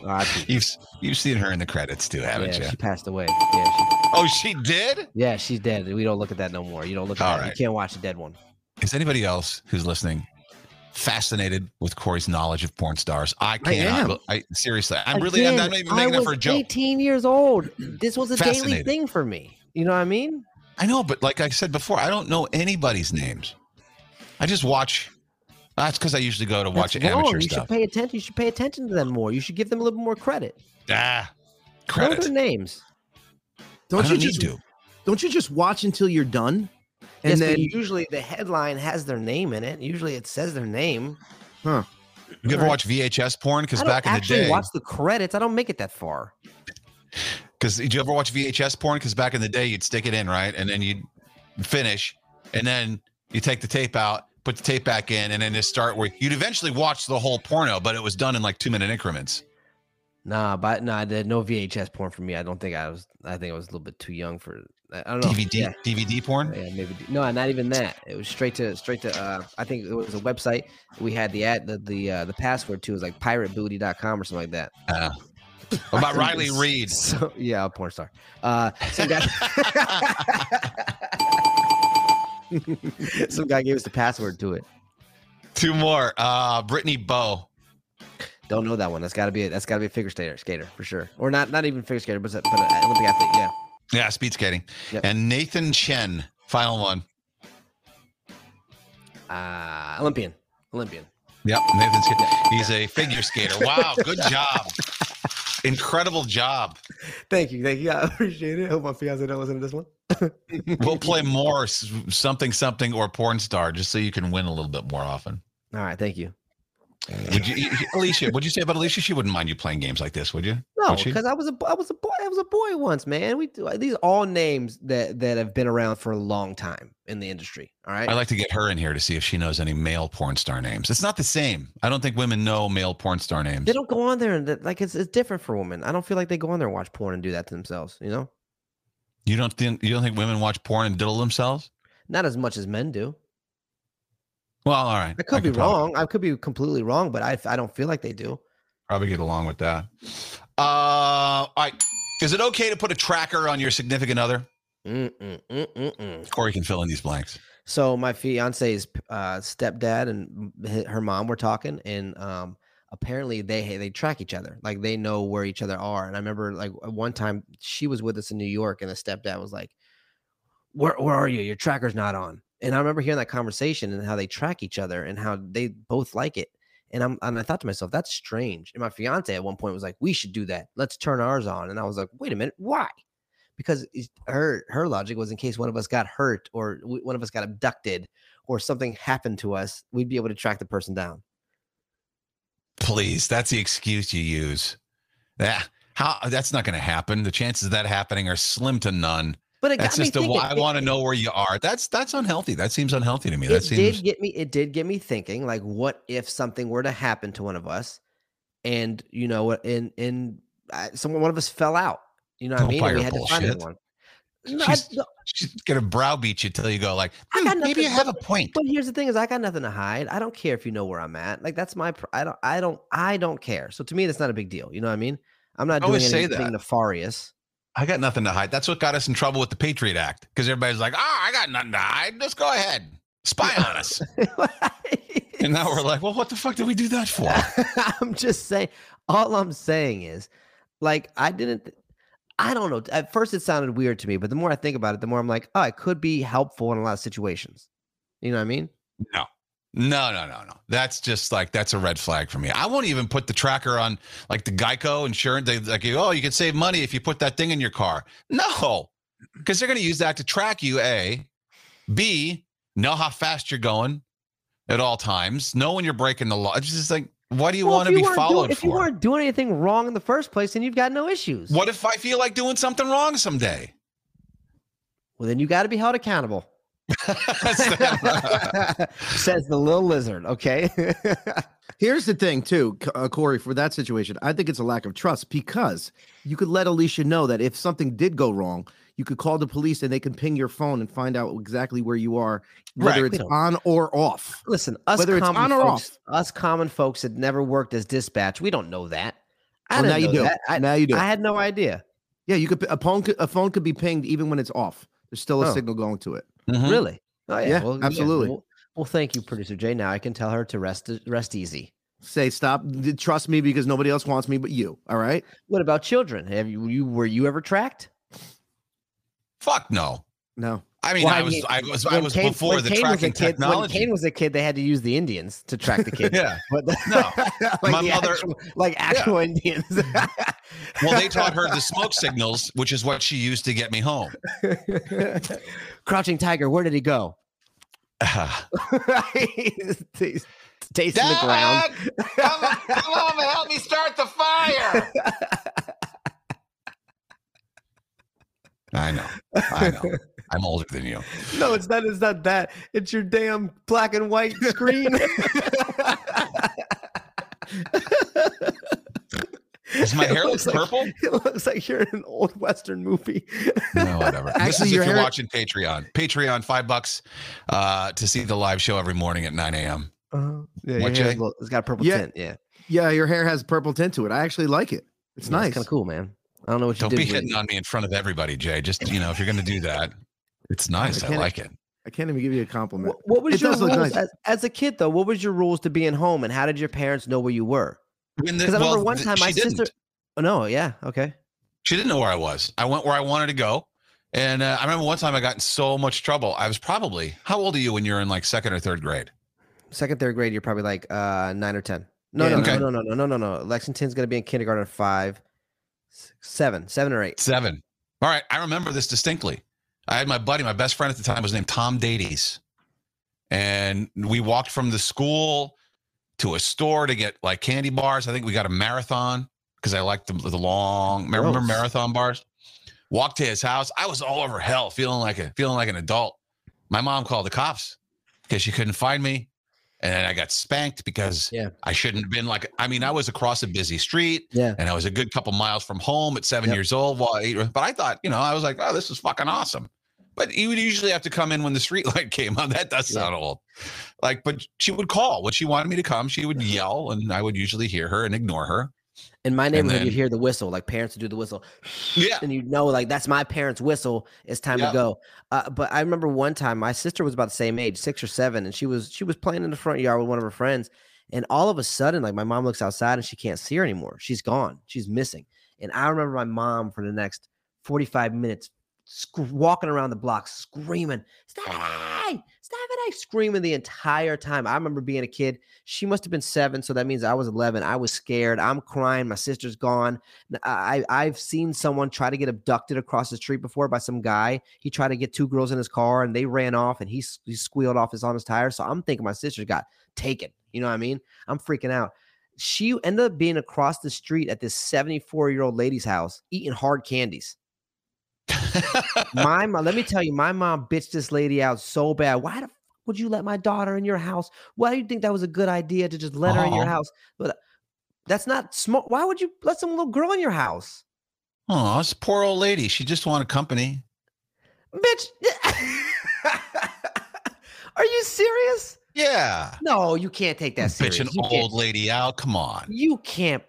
Speaker 3: R.I.P.
Speaker 2: You've you've seen her in the credits too,
Speaker 3: Yeah,
Speaker 2: haven't
Speaker 3: she
Speaker 2: you?
Speaker 3: passed away. Yeah, she,
Speaker 2: Oh, she did.
Speaker 3: yeah, she's dead. We don't look at that no more. You don't look at
Speaker 2: All
Speaker 3: that.
Speaker 2: right.
Speaker 3: You can't watch a dead one.
Speaker 2: Is anybody else who's listening fascinated with Corey's knowledge of porn stars? I
Speaker 4: I am.
Speaker 2: cannot. I, seriously, I'm really. I'm not even making
Speaker 3: I
Speaker 2: that
Speaker 3: was
Speaker 2: for a joke.
Speaker 3: 18 years old. This was a daily
Speaker 2: Fascinating.
Speaker 3: thing for me. You know what I mean?
Speaker 2: I know, but like I said before, I don't know anybody's names. I just watch. That's because I usually go to watch
Speaker 3: That's wrong.
Speaker 2: amateur
Speaker 3: You
Speaker 2: stuff.
Speaker 3: should pay attention. You should pay attention to them more. You should give them a little more credit.
Speaker 2: ah,
Speaker 3: Know
Speaker 2: credit.
Speaker 3: their names.
Speaker 4: Don't,
Speaker 2: I
Speaker 4: you
Speaker 2: don't need
Speaker 4: just
Speaker 2: to.
Speaker 4: don't you just watch until you're done? And
Speaker 3: yes,
Speaker 4: then
Speaker 3: but usually the headline has their name in it. Usually it says their name.
Speaker 2: You ever
Speaker 3: Alright.
Speaker 2: watch VHS porn? Because
Speaker 3: I don't
Speaker 2: back in the
Speaker 3: actually
Speaker 2: day,
Speaker 3: watch the credits. I don't make it that far.
Speaker 2: because did you ever watch VHS porn? Because back in the day, you'd stick it in right, and then you'd finish, and then you take the tape out, put the tape back in, and then just start where you'd eventually watch the whole porno, but it was done in like two minute increments.
Speaker 3: Nah, but nah, the, no VHS porn for me. I don't think I was. I think I was a little bit too young for. I I don't know.
Speaker 2: DVD,
Speaker 3: Oh, Yeah.
Speaker 2: DVD porn.
Speaker 3: Yeah, maybe d- no, not even that. It was straight to straight to. Uh, I think it was a website. We had the ad, the the, uh, the password too. It was like piratebooty.com or something like that.
Speaker 2: Uh, what about Riley Reed?
Speaker 3: So yeah, a porn star. Uh, some guy. some guy gave us the password to it.
Speaker 2: Two more. Uh, Brittany Bow.
Speaker 3: Don't know that one. That's got to be it. That's got to be a figure skater, skater for sure. Or not, not even figure skater, but, but an Olympic athlete. Yeah.
Speaker 2: Yeah, speed skating.
Speaker 3: Yep.
Speaker 2: And Nathan Chen, final one.
Speaker 3: Uh, Olympian. Olympian.
Speaker 2: Yep, Nathan Chen. He's a figure skater. Wow, good job. Incredible job.
Speaker 3: Thank you. Thank you. I appreciate it. hope my fiance don't listen to this one.
Speaker 2: We'll play more s- something something or porn star just so you can win a little bit more often.
Speaker 3: All right. Thank you.
Speaker 2: Would you, Alicia? Would you say about Alicia? She wouldn't mind you playing games like this, would you?
Speaker 3: No,
Speaker 2: Would she?
Speaker 3: because I was a bo- I was a boy I was a boy once, man. We do- uh, these are all names that that have been around for a long time in the industry. All right.
Speaker 2: I'd like to get her in here to see if she knows any male porn star names. It's not the same. I don't think women know male porn star names.
Speaker 3: They don't go on there and that- like it's it's different for women. I don't feel like they go on there and watch porn and do that to themselves. You know,
Speaker 2: You don't think you don't think women watch porn and diddle themselves?
Speaker 3: not as much as men do.
Speaker 2: Well, all right.
Speaker 3: I could be
Speaker 2: probably-
Speaker 3: wrong. I could be completely wrong, but I I don't feel like they do.
Speaker 2: probably get along with that. Uh, all right. Is it okay to put a tracker on your significant other?
Speaker 3: Mm, mm, mm, mm, mm.
Speaker 2: Corey can fill in these blanks.
Speaker 3: So my fiance's uh, stepdad and h- her mom were talking, and um, apparently they they track each other, like they know where each other are. And I remember like at one time she was with us in New York, and the stepdad was like, "Where where are you? Your tracker's not on." And I remember hearing that conversation and how they track each other and how they both like it. And I'm and I thought to myself, that's strange. And my fiance at one point was like, "We should do that. Let's turn ours on." And I was like, "Wait a minute, why?" because it's- her her logic was in case one of us got hurt or w- one of us got abducted or something happened to us, we'd be able to track the person down.
Speaker 2: Please. That's the excuse you use. That, how, that's not going to happen. The chances of that happening are slim to none.
Speaker 3: But it
Speaker 2: That's
Speaker 3: got
Speaker 2: just
Speaker 3: me
Speaker 2: a,
Speaker 3: thinking.
Speaker 2: I
Speaker 3: It-
Speaker 2: want to know where you are. That's that's unhealthy. That seems unhealthy to me. That
Speaker 3: it
Speaker 2: seems
Speaker 3: did get me it did get me thinking like what if something were to happen to one of us and you know and and uh, someone one of us fell out you know what
Speaker 2: Don't
Speaker 3: i mean
Speaker 2: buy
Speaker 3: And we
Speaker 2: your
Speaker 3: had to find
Speaker 2: Oh, bullshit.
Speaker 3: another one no, I-
Speaker 2: She's-
Speaker 3: no,
Speaker 2: she's going to browbeat you till you go like,
Speaker 3: I
Speaker 2: "Hmm,
Speaker 3: got
Speaker 2: maybe you
Speaker 3: nothing
Speaker 2: have a point.
Speaker 3: but here's the thing is i got nothing to hide i don't care if you know where i'm at like that's my pr- i don't i don't i don't care so to me that's not a big deal you know what i mean i'm not
Speaker 2: I
Speaker 3: doing
Speaker 2: always say
Speaker 3: anything
Speaker 2: that.
Speaker 3: nefarious
Speaker 2: I got nothing to hide. That's what got us in trouble with the Patriot Act because everybody's like, ah, I got nothing to hide. Let's go ahead. Spy on us. And now we're like, well, what the fuck did we do that for?
Speaker 3: I'm just saying, all I'm saying is, like, I didn't. I don't know. At first, it sounded weird to me, but the more I think about it, the more I'm like, oh, it could be helpful in a lot of situations. You know what I mean?
Speaker 2: No, no, no, no. That's just like that's a red flag for me. I won't even put the tracker on like the Geico insurance. They like, oh, you can save money if you put that thing in your car. No, because they're going to use that to track you. A, B, know how fast you're going at all times. Know when you're breaking the law. It's just like, what do you
Speaker 3: Well,
Speaker 2: want
Speaker 3: if
Speaker 2: to be
Speaker 3: weren't doing-
Speaker 2: followed
Speaker 3: if you
Speaker 2: for?
Speaker 3: weren't doing anything wrong in the first place, then you've got no issues.
Speaker 2: What if I feel like doing something wrong someday?
Speaker 3: Well, then you got to be held accountable.
Speaker 2: That's that-
Speaker 3: Says the little lizard. Okay.
Speaker 4: Here's the thing, too, C- uh, Corey, for that situation, I think it's a lack of trust because you could let Alicia know that if something did go wrong, you could call the police and they can ping your phone and find out exactly where you are, whether
Speaker 2: Right.
Speaker 4: it's
Speaker 3: We don't-
Speaker 4: on or off.
Speaker 3: Listen, us
Speaker 4: Whether it's
Speaker 3: common
Speaker 4: on or
Speaker 3: folks, us common folks that never worked as dispatch, we don't know that. I
Speaker 4: Well, now
Speaker 3: didn't
Speaker 4: you
Speaker 3: know
Speaker 4: do.
Speaker 3: that. I,
Speaker 4: now you do.
Speaker 3: I had no idea.
Speaker 4: yeah, you could p- a phone could, a phone could be pinged even when it's off. There's still a
Speaker 3: Oh.
Speaker 4: signal going to it.
Speaker 2: Mhm.
Speaker 3: Really? Oh yeah.
Speaker 4: Yeah,
Speaker 3: well,
Speaker 4: absolutely.
Speaker 3: Well, well, thank you, producer Jay. Now I can tell her to rest rest easy.
Speaker 4: Say stop. d- Trust me because nobody else wants me but you. All right.
Speaker 3: What about children? Have you, you were you ever tracked?
Speaker 2: Fuck no.
Speaker 4: No.
Speaker 2: I mean,
Speaker 3: Well,
Speaker 2: I,
Speaker 3: I
Speaker 2: was,
Speaker 3: mean,
Speaker 2: I was, I
Speaker 3: When
Speaker 2: was
Speaker 3: Cain-
Speaker 2: before
Speaker 3: when
Speaker 2: the
Speaker 3: Cain was a
Speaker 2: tracking
Speaker 3: kid- When
Speaker 2: technology.
Speaker 3: Cain was a kid, they had to use the Indians to track the kids.
Speaker 2: yeah.
Speaker 3: But the-
Speaker 2: No.
Speaker 3: like
Speaker 2: My
Speaker 3: the
Speaker 2: mother-
Speaker 3: actual, like actual Indians.
Speaker 2: Well, they taught her the smoke signals, which is what she used to get me home.
Speaker 3: Crouching Tiger, where did he go?
Speaker 2: Ah.
Speaker 3: He's t- Tasting the ground.
Speaker 2: come, on- come on and help me start the fire. I know. I know. I'm older than you.
Speaker 3: No, it's not. It's not that. It's your damn black and white screen.
Speaker 2: Is my hair
Speaker 3: It
Speaker 2: look
Speaker 3: looks like-
Speaker 2: purple?
Speaker 3: it looks like you're in an old western movie.
Speaker 2: No, whatever. this
Speaker 4: Actually,
Speaker 2: is
Speaker 4: your
Speaker 2: if you're
Speaker 4: hair-
Speaker 2: watching Patreon. Patreon, five bucks uh, to see the live show every morning at 9 a.m.
Speaker 3: Uh-huh. Yeah,
Speaker 2: What,
Speaker 3: your hair's
Speaker 2: Jay?
Speaker 3: lo- it's got a purple
Speaker 4: Yeah,
Speaker 3: tint. Yeah,
Speaker 4: Yeah, your hair has purple tint to it. I actually like it. It's nice.
Speaker 3: Kind of cool, man. I don't know what you
Speaker 2: Don't
Speaker 3: did.
Speaker 2: be
Speaker 3: with
Speaker 2: hitting
Speaker 3: it.
Speaker 2: on me in front of everybody, Jay. Just, you know, if you're going to do that, it's nice. I
Speaker 4: Okay.
Speaker 2: like it.
Speaker 4: I can't even give you a compliment.
Speaker 3: Wh- What was
Speaker 4: It
Speaker 3: your
Speaker 4: does
Speaker 3: rules
Speaker 4: look nice.
Speaker 3: as, as a kid though? What was your rules to being home, and how did your parents know where you were?
Speaker 2: When the-
Speaker 3: Because I remember
Speaker 2: well,
Speaker 3: one
Speaker 2: th-
Speaker 3: time
Speaker 2: she
Speaker 3: my
Speaker 2: didn't.
Speaker 3: sister. Oh, no, yeah, okay.
Speaker 2: She didn't know where I was. I went where I wanted to go. And uh, I remember one time I got in so much trouble. I was probably, how old are you when you're in like second or third grade?
Speaker 3: Second, third grade, you're probably like uh nine or ten. No,
Speaker 4: Yeah,
Speaker 3: no,
Speaker 2: okay.
Speaker 3: no, no, no, no, no, no. Lexington's gonna be in kindergarten at five, six, seven, seven or eight.
Speaker 2: Seven. All right. I remember this distinctly. I had my buddy, my best friend at the time was named Tom Dades. And we walked from the school to a store to get like candy bars. I think we got a marathon because I liked the, the long, remember
Speaker 3: Gross.
Speaker 2: marathon bars? Walked to his house. I was all over hell, feeling like a feeling like an adult. My mom called the cops because she couldn't find me. And I got spanked because
Speaker 3: Yeah.
Speaker 2: I shouldn't have been like I mean, I was across a busy street
Speaker 3: Yeah.
Speaker 2: and I was a good couple miles from home at seven
Speaker 3: Yep.
Speaker 2: years old. While eight, but I thought, you know, I was like, oh, this is fucking awesome. But you would usually have to come in when the street light came on. That does
Speaker 3: Yeah.
Speaker 2: sound old. Like, but she would call when she wanted me to come. She would yell, and I would usually hear her and ignore her.
Speaker 3: In my neighborhood,
Speaker 2: then-
Speaker 3: you'd hear the whistle, like parents would do the whistle.
Speaker 2: Yeah.
Speaker 3: and you know, like that's my parents' whistle. It's time
Speaker 2: Yeah.
Speaker 3: to go. Uh, but I remember one time my sister was about the same age, six or seven, and she was she was playing in the front yard with one of her friends, and all of a sudden, like my mom looks outside and she can't see her anymore. She's gone. She's missing. And I remember my mom for the next forty five minutes sc- walking around the block screaming, "Stephanie, Stephanie!" screaming the entire time. I remember being a kid. She must have been seven, so that means I was eleven. I was scared. I'm crying. My sister's gone. N- I I've seen someone try to get abducted across the street before by some guy. He tried to get two girls in his car and they ran off and he, s- he squealed off his on his tire. So I'm thinking my sister got taken. You know what I mean? I'm freaking out. She ended up being across the street at this 74 year old lady's house eating hard candies my mom, let me tell you, my mom bitched this lady out so bad. Why the fuck would you let my daughter in your house? Why do you think that was a good idea to just let her in your
Speaker 2: Aw.
Speaker 3: house? But uh, that's not smart. Why would you let some little girl in your house?
Speaker 2: Oh, this poor old lady. She just wanted company.
Speaker 3: Bitch. Are you serious?
Speaker 2: Yeah.
Speaker 3: No, you can't take that
Speaker 2: Bitch,
Speaker 3: serious.
Speaker 2: an
Speaker 3: You
Speaker 2: old
Speaker 3: can't,
Speaker 2: lady out. Come on.
Speaker 3: you can't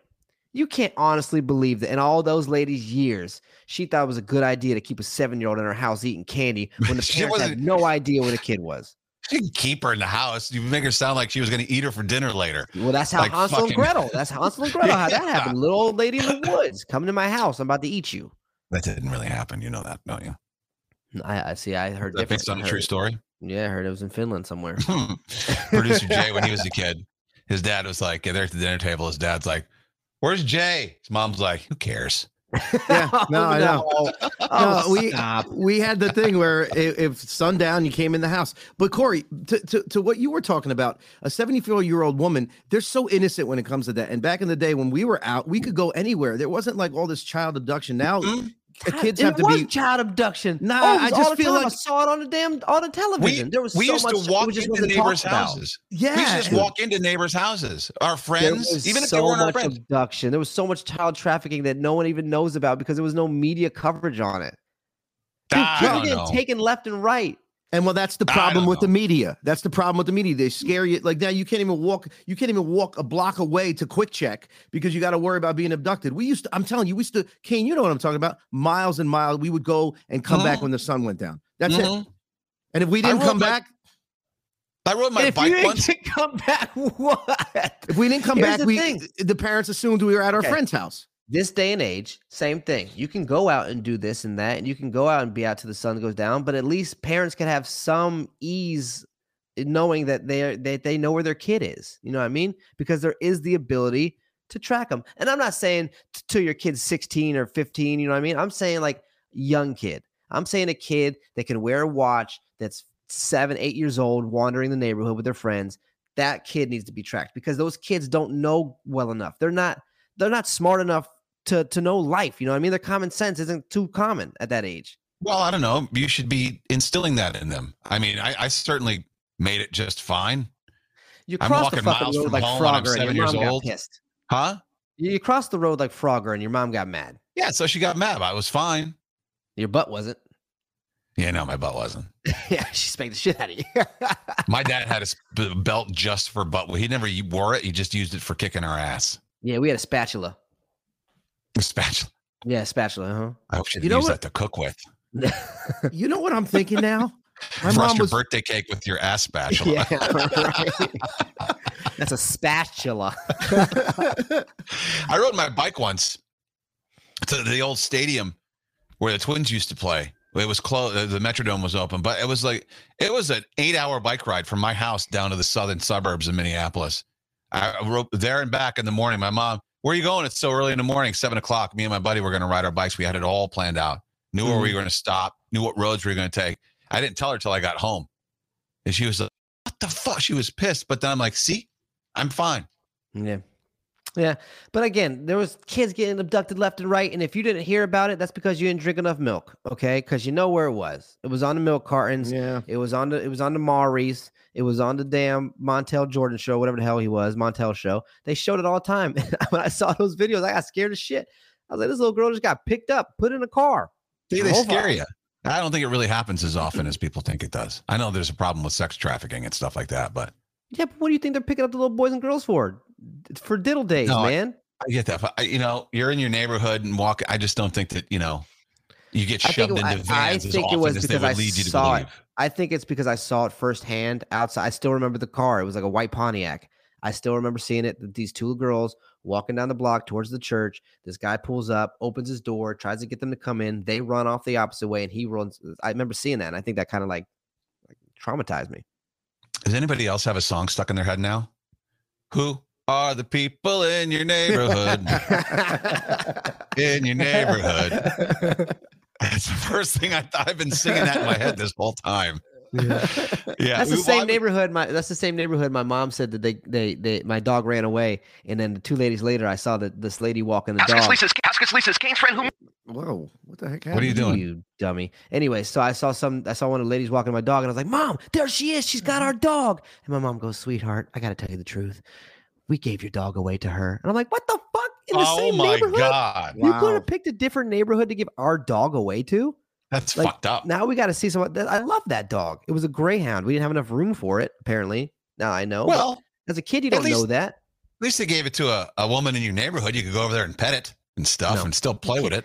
Speaker 3: you can't honestly believe that in all those ladies' years, she thought it was a good idea to keep a seven-year-old in her house eating candy when the
Speaker 2: She
Speaker 3: parents had
Speaker 2: wasn't-
Speaker 3: no idea what a kid was.
Speaker 2: You can keep her in the house. You make her sound like she was going to eat her for dinner later.
Speaker 3: Well, that's how
Speaker 2: Like
Speaker 3: Hansel
Speaker 2: fucking-
Speaker 3: and Gretel. That's Hansel and Gretel. How that
Speaker 2: Yeah.
Speaker 3: happened. Little old lady in the woods. Come to my house. I'm about to eat you.
Speaker 2: That didn't really happen. You know that, don't you?
Speaker 3: I, I see. I heard
Speaker 2: That
Speaker 3: different.
Speaker 2: based on
Speaker 3: I
Speaker 2: a true
Speaker 3: heard-
Speaker 2: story.
Speaker 3: Yeah, I heard it was in Finland somewhere.
Speaker 2: Producer Jay, when he was a kid, his dad was like, they're at the dinner table. His dad's like, Where's Jay? His mom's like, Who cares?
Speaker 4: Yeah, no, I know.
Speaker 3: Oh,
Speaker 4: No, we-
Speaker 3: stop.
Speaker 4: we had the thing where i- if sundown you came in the house but corey to, to, to what you were talking about a 74 year old woman they're so innocent when it comes to that and back in the day when we were out we could go anywhere there wasn't like all this child abduction now
Speaker 2: Mhm.
Speaker 4: the kids
Speaker 3: Mm-hmm. it
Speaker 4: have to
Speaker 3: was
Speaker 4: be
Speaker 3: child abduction.
Speaker 4: Nah,
Speaker 3: Oh, it
Speaker 4: I
Speaker 3: was
Speaker 4: just
Speaker 3: all the
Speaker 4: feel
Speaker 3: time. I
Speaker 4: like-
Speaker 3: saw it on the damn on the television. there was
Speaker 2: we
Speaker 3: so
Speaker 2: used
Speaker 3: much
Speaker 2: to walk
Speaker 3: we just
Speaker 2: into
Speaker 3: wasn't talked
Speaker 2: neighbors'
Speaker 3: about.
Speaker 2: houses. We used
Speaker 4: yeah
Speaker 2: to just walk into neighbors' houses. Our
Speaker 3: There
Speaker 2: friends,
Speaker 3: was
Speaker 2: even if
Speaker 3: so
Speaker 2: they weren't our
Speaker 3: much
Speaker 2: friends.
Speaker 3: abduction. There was so much child trafficking that no one even knows about because there was no media coverage on it. Dude,
Speaker 2: I
Speaker 3: kids were
Speaker 2: don't
Speaker 3: getting
Speaker 2: know.
Speaker 3: taken left and right.
Speaker 4: and well that's the
Speaker 2: I
Speaker 4: problem
Speaker 2: don't
Speaker 4: with the
Speaker 2: know.
Speaker 4: media that's the problem with the media they scare you like now you can't even walk you can't even walk a block away to quick check because you got to worry about being abducted we used to i'm telling you we used to kane you know what i'm talking about miles and miles we would go and come back
Speaker 2: Mhm.
Speaker 3: Uh-huh.
Speaker 4: when the sun went down that's
Speaker 3: Mm-hmm.
Speaker 4: it
Speaker 2: Mhm.
Speaker 4: And if we
Speaker 2: I
Speaker 4: didn't
Speaker 2: rode
Speaker 4: come
Speaker 2: my-
Speaker 4: back,
Speaker 2: I rode my
Speaker 3: if you
Speaker 2: bike
Speaker 3: didn't
Speaker 2: once.
Speaker 3: get- come back, what?
Speaker 4: if we didn't come
Speaker 3: Here's
Speaker 4: back,
Speaker 3: the
Speaker 4: we
Speaker 3: thing.
Speaker 4: the parents assumed we were at our
Speaker 3: Okay.
Speaker 4: friend's house.
Speaker 3: This day and age, same thing. You can go out and do this and that, and you can go out and be out till the sun goes down. But at least parents can have some ease in knowing that they are, that they know where their kid is. You know what I mean? Because there is the ability to track them. And I'm not saying t- till your kid's 16 or 15. You know what I mean? I'm saying like young kid. I'm saying a kid that can wear a watch that's seven, eight years old, wandering the neighborhood with their friends. That kid needs to be tracked because those kids don't know well enough. They're not they're not smart enough to to know life. You know what I mean? Their common sense isn't too common at that age.
Speaker 2: Well, I don't know. You should be instilling that in them. I mean, I, I certainly made it just fine.
Speaker 3: You
Speaker 2: I'm
Speaker 3: cross the
Speaker 2: walking
Speaker 3: fucking
Speaker 2: miles
Speaker 3: road
Speaker 2: from
Speaker 3: like
Speaker 2: home when I'm
Speaker 3: Frogger and
Speaker 2: seven
Speaker 3: your
Speaker 2: years
Speaker 3: mom got
Speaker 2: old.
Speaker 3: pissed.
Speaker 2: Huh?
Speaker 3: You you crossed the road like Frogger and your mom got mad.
Speaker 2: Yeah. So she got mad. but I was fine.
Speaker 3: Your butt wasn't.
Speaker 2: Yeah, no, my butt wasn't.
Speaker 3: yeah, she spanked the shit out of you.
Speaker 2: My dad had a sp- belt just for butt. He never u- wore it. He just used it for kicking our ass.
Speaker 3: yeah, we had a spatula.
Speaker 2: A spatula.
Speaker 3: Yeah, spatula,
Speaker 2: I hope she
Speaker 4: You
Speaker 2: didn't
Speaker 4: know
Speaker 2: use that
Speaker 4: what-
Speaker 2: to cook with.
Speaker 3: huh?
Speaker 4: You know what I'm thinking now? My
Speaker 2: Frost
Speaker 4: mom
Speaker 2: your
Speaker 4: was
Speaker 2: birthday cake with your ass spatula.
Speaker 3: yeah, right. That's a spatula.
Speaker 2: I rode my bike once to the old stadium where the Twins used to play. It was closed. The Metrodome was open, but it was like it was an eight-hour bike ride from my house down to the southern suburbs of Minneapolis. I rode there and back in the morning. My mom, where are you going? It's so early in the morning, seven o'clock. Me and my buddy were going to ride our bikes. We had it all planned out. Knew where we were going to stop. Knew what roads we were going to take. I didn't tell her till I got home, and she was like, "What the fuck?" She was pissed. But then I'm like, "See, I'm fine."
Speaker 3: Yeah. Yeah. But again, there was kids getting abducted left and right. And if you didn't hear about it, that's because you didn't drink enough milk. Okay. Cause you know where it was. It was on the milk cartons.
Speaker 4: yeah.
Speaker 3: It was on the it was on the Maurice. It was on the damn Montel Jordan show, whatever the hell he was, Montel show. They showed it all the time. when I saw those videos, I got scared as shit. I was like, this little girl just got picked up, put in a car.
Speaker 2: See, they
Speaker 3: Roll
Speaker 2: scare
Speaker 3: Vibe.
Speaker 2: you. I don't think it really happens as often as people think it does. I know there's a problem with sex trafficking and stuff like that, but
Speaker 3: Yeah, but what do you think they're picking up the little boys and girls for? It's for diddle days,
Speaker 2: No, I-
Speaker 3: man.
Speaker 2: I get that. But I, you know, you're in your neighborhood and walk. I just don't think that you know you get
Speaker 3: I think
Speaker 2: shoved
Speaker 3: it- I-
Speaker 2: into vans
Speaker 3: I
Speaker 2: as
Speaker 3: think it
Speaker 2: often
Speaker 3: was
Speaker 2: as they
Speaker 3: because
Speaker 2: would
Speaker 3: I
Speaker 2: lead you to
Speaker 3: saw it.
Speaker 2: believe.
Speaker 3: I think it's because I saw it firsthand outside. I still remember the car. It was like a white Pontiac. I still remember seeing it. that These two girls walking down the block towards the church. This guy pulls up, opens his door, tries to get them to come in. They run off the opposite way, and he runs. I remember seeing that, and I think that kind of like, like traumatized me.
Speaker 2: Does anybody else have a song stuck in their head now? Who are the people in your neighborhood? in your neighborhood. That's the first thing I thought. I've been singing that in my head this whole time. Yeah,
Speaker 3: That's the
Speaker 2: Well,
Speaker 3: same
Speaker 2: I-
Speaker 3: neighborhood. My that's the same neighborhood. My mom said that they they they my dog ran away, and then two ladies later, I saw that this lady walking the
Speaker 5: Ask us
Speaker 3: dog.
Speaker 5: Lisa's, ask us Lisa's Kane's friend who
Speaker 4: Whoa, what the heck happened?
Speaker 2: What are you doing?
Speaker 3: You dummy. Anyway, so I saw some. I saw one of the ladies walking my dog, and I was like, "Mom, there she is. She's got our dog." And my mom goes, "Sweetheart, I got to tell you the truth. We gave your dog away to her." And I'm like, "What the fuck? In the
Speaker 2: Oh
Speaker 3: same
Speaker 2: my
Speaker 3: neighborhood?
Speaker 2: god,
Speaker 3: You could
Speaker 4: Wow.
Speaker 3: have picked a different neighborhood to give our dog away to.
Speaker 2: that's
Speaker 3: Like,
Speaker 2: fucked up.
Speaker 3: Now we got to see someone. that- I love that dog. It was a greyhound. We didn't have enough room for it. Apparently, now I know. but
Speaker 2: well,
Speaker 3: as a kid, you
Speaker 2: at
Speaker 3: don't know
Speaker 2: least-
Speaker 3: that.
Speaker 2: At least they gave it to a, a woman in your neighborhood. You could go over there and pet it and stuff
Speaker 3: No.
Speaker 2: and still play with it.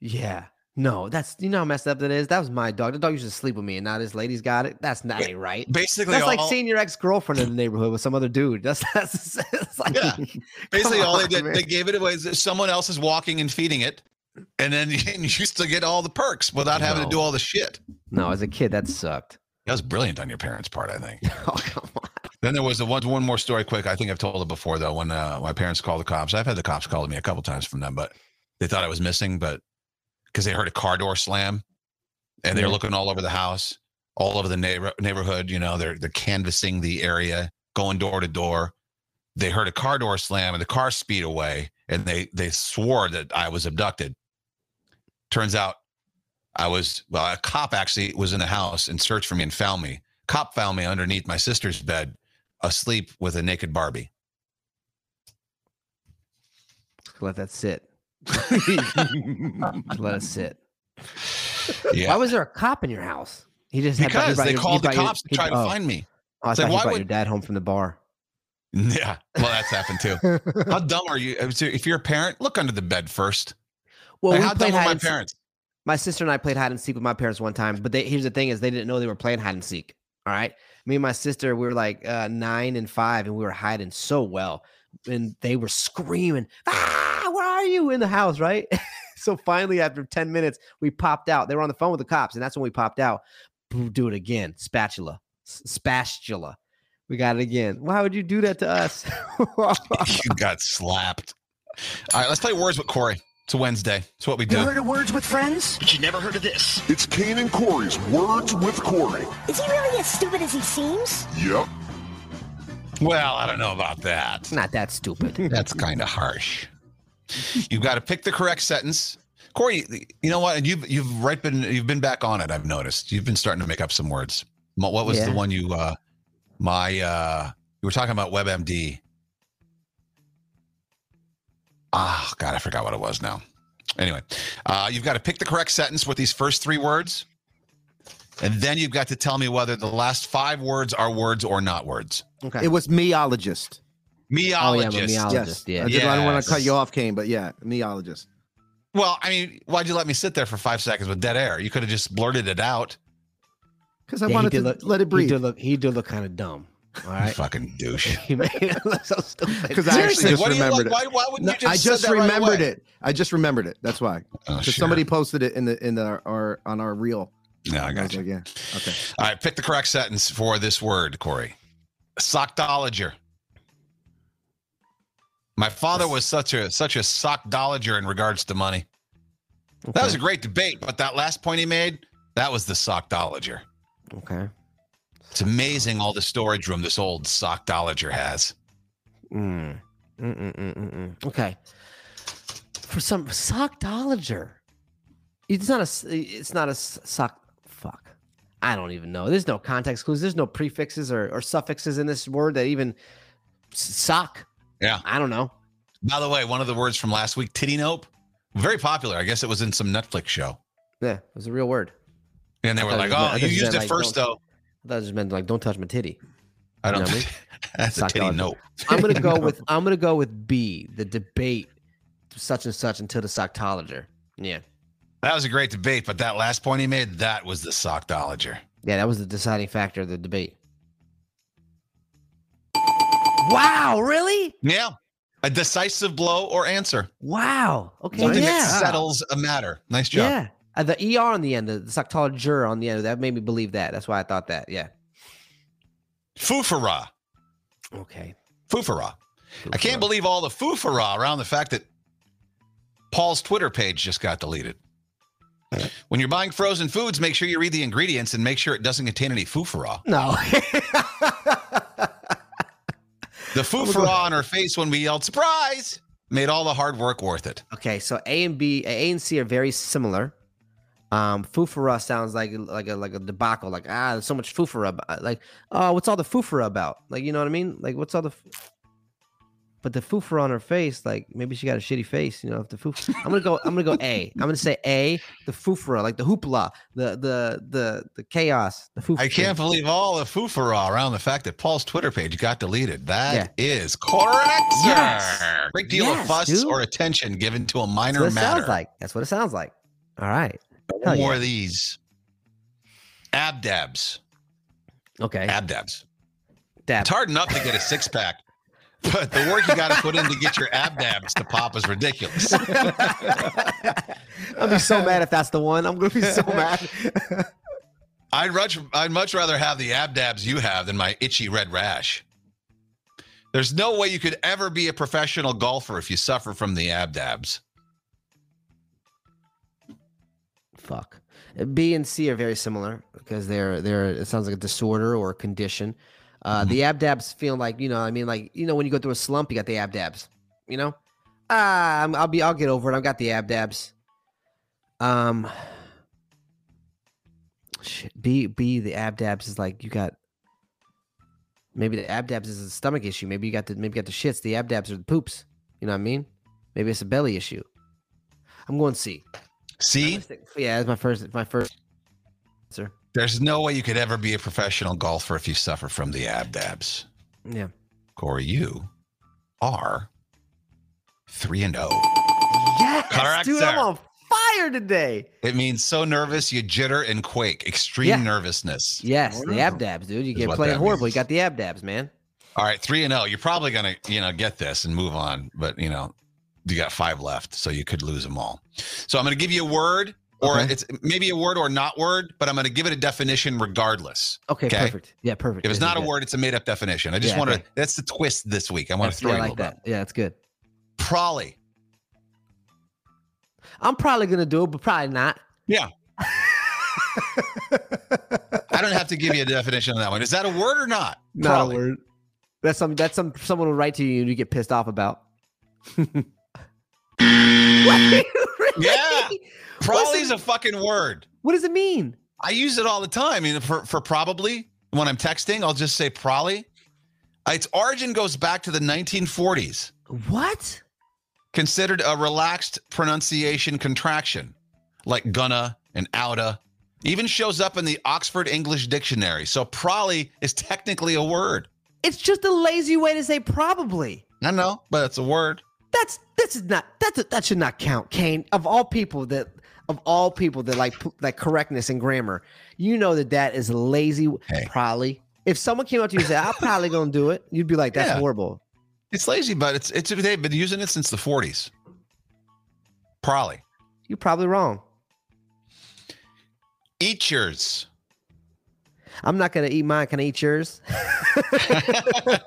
Speaker 3: Yeah. No, that's you know how messed up that is. That was my dog. The dog used to sleep with me, and now this lady's got it. That's not ain't right.
Speaker 2: Basically,
Speaker 3: That's
Speaker 2: all,
Speaker 3: like seeing your ex girlfriend in the neighborhood with some other dude. That's that's it's like
Speaker 2: Yeah.
Speaker 3: come
Speaker 2: basically all they
Speaker 3: on,
Speaker 2: did
Speaker 3: man.
Speaker 2: they gave it away is that someone else is walking and feeding it, and then you used to get all the perks without having to do
Speaker 3: No.
Speaker 2: all the shit.
Speaker 3: no, as a kid, that sucked.
Speaker 2: That was brilliant on your parents' part, I think.
Speaker 3: Oh come on.
Speaker 2: Then there was the one one more story quick. I think I've told it before though. When uh, my parents called the cops, I've had the cops call me a couple times from them, but they thought I was missing, but because they heard a car door slam, and they were
Speaker 3: Yeah.
Speaker 2: looking all over the house, all over the neighbor, neighborhood. You know, they're they're canvassing the area, going door to door. They heard a car door slam and the car speed away, and they they swore that I was abducted. Turns out, I was well. A cop actually was in the house and searched for me and found me. Cop found me underneath my sister's bed asleep with a naked Barbie.
Speaker 3: Let that sit. Let it sit.
Speaker 2: Yeah.
Speaker 3: Why was there a cop in your house? He just had- he
Speaker 2: Because
Speaker 3: brought
Speaker 2: they
Speaker 3: your- he
Speaker 2: called the
Speaker 3: brought your-
Speaker 2: cops to
Speaker 3: he-
Speaker 2: try to
Speaker 3: oh.
Speaker 2: find me.
Speaker 3: Oh, I
Speaker 2: It's
Speaker 3: thought
Speaker 2: like,
Speaker 3: he
Speaker 2: why
Speaker 3: brought
Speaker 2: would-
Speaker 3: your dad home from the bar.
Speaker 2: Yeah. Well, that's happened too. How dumb are you? Uh, If you're- if you're a parent, look under the bed first.
Speaker 3: Well,
Speaker 2: Like,
Speaker 3: we
Speaker 2: how dumb
Speaker 3: played
Speaker 2: are
Speaker 3: hide
Speaker 2: my
Speaker 3: and seek-
Speaker 2: parents?
Speaker 3: My sister and I played hide and seek with my parents one time, but they, here's the thing: is they didn't know they were playing hide and seek. All right, me and my sister, we were like uh, nine and five, and we were hiding so well, and they were screaming, "Ah, where are you in the house?" Right. so finally, after ten minutes, we popped out. They were on the phone with the cops, and that's when we popped out. Boom, Do it again, spatula, S- spatula. We got it again. Why would you do that to us?
Speaker 2: you got slapped. All right, let's play words with Corey. It's a Wednesday. It's what we do.
Speaker 6: of words with friends?
Speaker 5: But you never heard of this.
Speaker 7: It's Kane and Corey's Words with Corey.
Speaker 6: Is he really as stupid as he seems?
Speaker 7: Yep.
Speaker 2: Well, I don't know about that.
Speaker 3: Not that stupid.
Speaker 2: That's kind of harsh. You've got to pick the correct sentence. Corey, you know what? And you've you've right been you've been back on it, I've noticed. You've been starting to make up some words. Mo- What was
Speaker 3: Yeah.
Speaker 2: the one you uh my uh you were talking about WebMD. Ah, God, I forgot what it was now. Anyway, uh you've got to pick the correct sentence with these first three words. And then you've got to tell me whether the last five words are words or not words.
Speaker 3: Okay.
Speaker 4: It was meologist.
Speaker 2: Meologist.
Speaker 3: Oh, yeah, I'm a meologist.
Speaker 4: Yes.
Speaker 3: yeah.
Speaker 4: I, did, I don't want to cut
Speaker 2: Yes.
Speaker 4: you off, Kane, but yeah, meologist.
Speaker 2: Well, I mean, why'd you let me sit there for five seconds with dead air? You could have just blurted it out.
Speaker 4: Because I
Speaker 3: Yeah, he
Speaker 4: wanted
Speaker 3: did
Speaker 4: to
Speaker 3: look-
Speaker 4: let
Speaker 3: He
Speaker 4: it breathe.
Speaker 3: did look. He did look kind of dumb. All
Speaker 2: You
Speaker 3: right.
Speaker 2: fucking douche.
Speaker 3: He made it look so stupid.
Speaker 4: 'Cause I actually just
Speaker 2: what do you
Speaker 4: remembered
Speaker 2: like- Why,
Speaker 4: it.
Speaker 2: why would
Speaker 4: No,
Speaker 2: you just
Speaker 4: I
Speaker 2: said
Speaker 4: just
Speaker 2: that right
Speaker 4: remembered
Speaker 2: away?
Speaker 4: it. I just remembered it. That's why.
Speaker 2: Oh,
Speaker 4: Because
Speaker 2: sure.
Speaker 4: somebody posted it in the in the our on our reel.
Speaker 2: No, I
Speaker 4: And I
Speaker 2: got
Speaker 4: was
Speaker 2: you.
Speaker 4: like, yeah. Okay.
Speaker 2: All right, pick the correct sentence for this word, Corey. Sockdolager. My father was such a such a sockdolager in regards to money. That was a great debate, but that last point he made, that was the sockdolager.
Speaker 3: okay.
Speaker 2: It's amazing all the storage room this old sockdolager has.
Speaker 3: Mm. Mm, mm, mm, mm, mm. Okay. For some sockdolager, it's not a. s- It's not a s- sock. Fuck. I don't even know. There's no context clues. There's no prefixes or, or suffixes in this word that even s- sock.
Speaker 2: Yeah.
Speaker 3: I don't know.
Speaker 2: By the way, one of the words from last week, titty nope, very popular. I guess it was in some Netflix show.
Speaker 3: Yeah, it was a real word.
Speaker 2: And they were
Speaker 3: thought
Speaker 2: like,
Speaker 3: it was-
Speaker 2: oh,
Speaker 3: I
Speaker 2: you
Speaker 3: thought you
Speaker 2: used
Speaker 3: meant,
Speaker 2: it
Speaker 3: like,
Speaker 2: first, though.
Speaker 3: I thought it just meant like don't touch my titty.
Speaker 2: I don't
Speaker 3: know what I
Speaker 2: think that's a
Speaker 3: Sock
Speaker 2: titty
Speaker 3: dog.
Speaker 2: nope.
Speaker 3: I'm gonna go with I'm gonna go with B, the debate such and such until the soctologer. Yeah.
Speaker 2: That was a great debate, but that last point he made, that was the sockdolager.
Speaker 3: Yeah, that was the deciding factor of the debate. Wow, really?
Speaker 2: Yeah. A decisive blow or answer.
Speaker 3: Wow. Okay.
Speaker 2: Something
Speaker 3: yeah.
Speaker 2: that settles a matter. Nice job.
Speaker 3: yeah. Uh, the ER on the end, the soctologer on the end, that made me believe that. That's why I thought that. Yeah.
Speaker 2: Foofara.
Speaker 3: Okay.
Speaker 2: Foofara. I can't believe all the foofara around the fact that Paul's Twitter page just got deleted. When you're buying frozen foods, make sure you read the ingredients and make sure it doesn't contain any foofara.
Speaker 3: No.
Speaker 2: The foofara on her face when we yelled surprise made all the hard work worth it.
Speaker 3: Okay, so A and B, A and C are very similar. Um, fufara sounds like like a like a debacle. Like ah, there's so much fufara. ab- Like oh, what's all the fufara about? Like you know what I mean? Like what's all the? f- But the fufara on her face, like maybe she got a shitty face. You know, if the fuf- I'm gonna go. I'm gonna go A. I'm gonna say A. The fufara, like the hoopla, the the the the chaos. The fufara.
Speaker 2: I can't believe all the foofara around the fact that Paul's Twitter page got deleted. That is correct, sir.
Speaker 3: Yes.
Speaker 2: Great deal of
Speaker 3: Yes,
Speaker 2: fuss
Speaker 3: dude.
Speaker 2: or attention given to a
Speaker 3: That's
Speaker 2: minor
Speaker 3: what it
Speaker 2: matter.
Speaker 3: sounds like. That's what it sounds like. All right. Hell
Speaker 2: more
Speaker 3: yeah.
Speaker 2: of these. Abdabs.
Speaker 3: Okay.
Speaker 2: Abdabs.
Speaker 3: Dab.
Speaker 2: It's hard enough to get a six pack, but the work you got to put in to get your abdabs to pop is ridiculous.
Speaker 3: I'll be so mad if that's the one. I'm gonna be so mad.
Speaker 2: I'd much, I'd much rather have the abdabs you have than my itchy red rash. There's no way you could ever be a professional golfer if you suffer from the abdabs.
Speaker 3: Fuck. B and C are very similar because they're they're it sounds like a disorder or a condition. Uh, The abdabs feel like you know I mean like you know when you go through a slump you got the abdabs you know ah I'm, I'll be I'll get over it I've got the abdabs. Um. Shit. B B the abdabs is like you got. Maybe the abdabs is a stomach issue. Maybe you got the maybe you got the shits. The abdabs are the poops. You know what I mean? Maybe it's a belly issue. I'm going C.
Speaker 2: See,
Speaker 3: Yeah, that's my first my first answer.
Speaker 2: there's no way you could ever be a professional golfer if you suffer from the abdabs.
Speaker 3: Yeah.
Speaker 2: Corey, you are three and oh. zero.
Speaker 3: Yes,
Speaker 2: Correct,
Speaker 3: dude, I'm
Speaker 2: sir.
Speaker 3: on fire today.
Speaker 2: It means so nervous you jitter and quake, extreme
Speaker 3: Yeah.
Speaker 2: nervousness.
Speaker 3: Yes, the
Speaker 4: Wow.
Speaker 3: abdabs, dude. You
Speaker 2: Is
Speaker 3: get
Speaker 2: what
Speaker 3: playing
Speaker 2: that
Speaker 3: horrible.
Speaker 2: means.
Speaker 3: You got the abdabs, man.
Speaker 2: All right, three and zero. You're probably gonna, you know, get this and move on, but you know, you got five left, so you could lose them all. So I'm gonna give you a word, or
Speaker 3: Okay.
Speaker 2: it's maybe a word or not word, but I'm gonna give it a definition regardless.
Speaker 3: Okay,
Speaker 2: Okay.
Speaker 3: perfect. Yeah, perfect.
Speaker 2: If it's
Speaker 3: Yeah,
Speaker 2: not a
Speaker 3: yeah.
Speaker 2: word, it's a made up definition. I just
Speaker 3: Yeah,
Speaker 2: want to.
Speaker 3: okay.
Speaker 2: That's the twist this week. I want to
Speaker 3: That's-
Speaker 2: throw
Speaker 3: yeah,
Speaker 2: you
Speaker 3: I
Speaker 2: a
Speaker 3: like
Speaker 2: little
Speaker 3: that. Yeah, that's good.
Speaker 2: bit. Probably.
Speaker 3: I'm probably gonna do it, but probably not.
Speaker 2: Yeah. I don't have to give you a definition on that one. Is that a word or not? Probably.
Speaker 3: word. That's some that's some someone will write to you and you get pissed off about. Wait, really?
Speaker 2: Yeah. Probably
Speaker 3: Listen-
Speaker 2: is a fucking word.
Speaker 3: What does it mean?
Speaker 2: I use it all the time. You know, for for probably when I'm texting, I'll just say probably. Its origin goes back to the 1940s,
Speaker 3: What?
Speaker 2: considered a relaxed pronunciation contraction, like gonna and outa. Even shows up in the Oxford English Dictionary. So probably is technically a word.
Speaker 3: It's just a lazy way to say probably.
Speaker 2: I know, but it's a word.
Speaker 3: That's this is not that's that should not count, Kane. Of all people that of all people that like p- like correctness and grammar, you know that that is lazy.
Speaker 2: Hey.
Speaker 3: Probably if someone came up to you and said, "I'm probably gonna do it," you'd be like, "That's
Speaker 2: Yeah.
Speaker 3: horrible."
Speaker 2: It's lazy, but it's it's they've been using it since the 40s. Probably.
Speaker 3: You're probably wrong.
Speaker 2: Eat yours.
Speaker 3: I'm not gonna eat mine. Can I eat yours?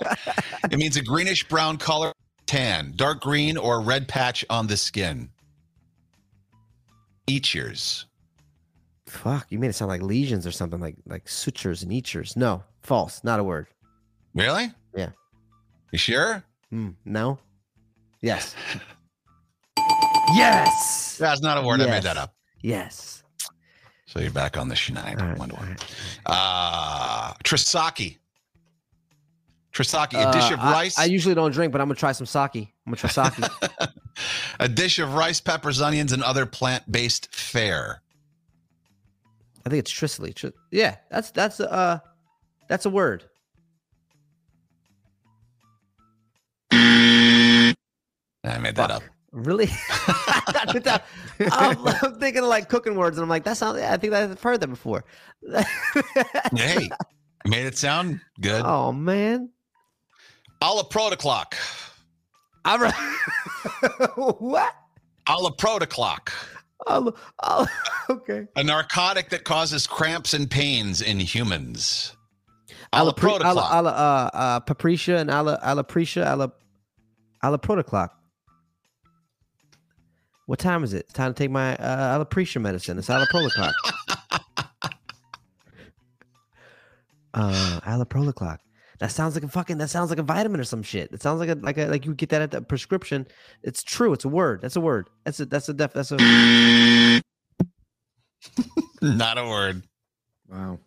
Speaker 2: It means a greenish brown color, tan, dark green, or red patch on the skin. Eatures.
Speaker 3: Fuck, you made it sound like lesions or something like like sutures and eatures. No, false. Not a word.
Speaker 2: Really?
Speaker 3: Yeah.
Speaker 2: You sure?
Speaker 3: Hmm, no. Yes. yes.
Speaker 2: That's not a word. I
Speaker 3: Yes.
Speaker 2: made that up.
Speaker 3: Yes.
Speaker 2: So you're back on the Schneid.
Speaker 3: All right,
Speaker 2: One to
Speaker 3: all
Speaker 2: one.
Speaker 3: right.
Speaker 2: Uh, Trisaki. Trisaki, a dish
Speaker 3: Uh,
Speaker 2: of
Speaker 3: I-
Speaker 2: rice.
Speaker 3: I, usually don't drink, but I'm gonna try some sake. I'm gonna try sake.
Speaker 2: a dish of rice, peppers, onions, and other plant-based fare.
Speaker 3: I think it's Tricely. Tri- yeah, that's that's uh that's a word.
Speaker 2: I made that up.
Speaker 3: Really? I'm, I'm thinking of like cooking words, and I'm like, that sounds. I think I've heard that before.
Speaker 2: Hey, you made it sound good.
Speaker 3: oh man!
Speaker 2: A la protoclock.
Speaker 3: I re- what?
Speaker 2: A la protoclock.
Speaker 3: Oh, oh, okay.
Speaker 2: A narcotic that causes cramps and pains in humans. A la
Speaker 3: Ala pre- ala-
Speaker 2: protoclock.
Speaker 3: ala, uh, uh, paprika and ala ala prisha ala ala protoclock. What time is it? It's time to take my uh, ala prisha medicine. It's ala protoclock. uh, ala protoclock. That sounds like a fucking. That sounds like a vitamin or some shit. It sounds like a like a like you get that at the prescription. It's true. It's a word. That's a word. That's a that's a def. That's a.
Speaker 2: Not a word.
Speaker 4: Wow.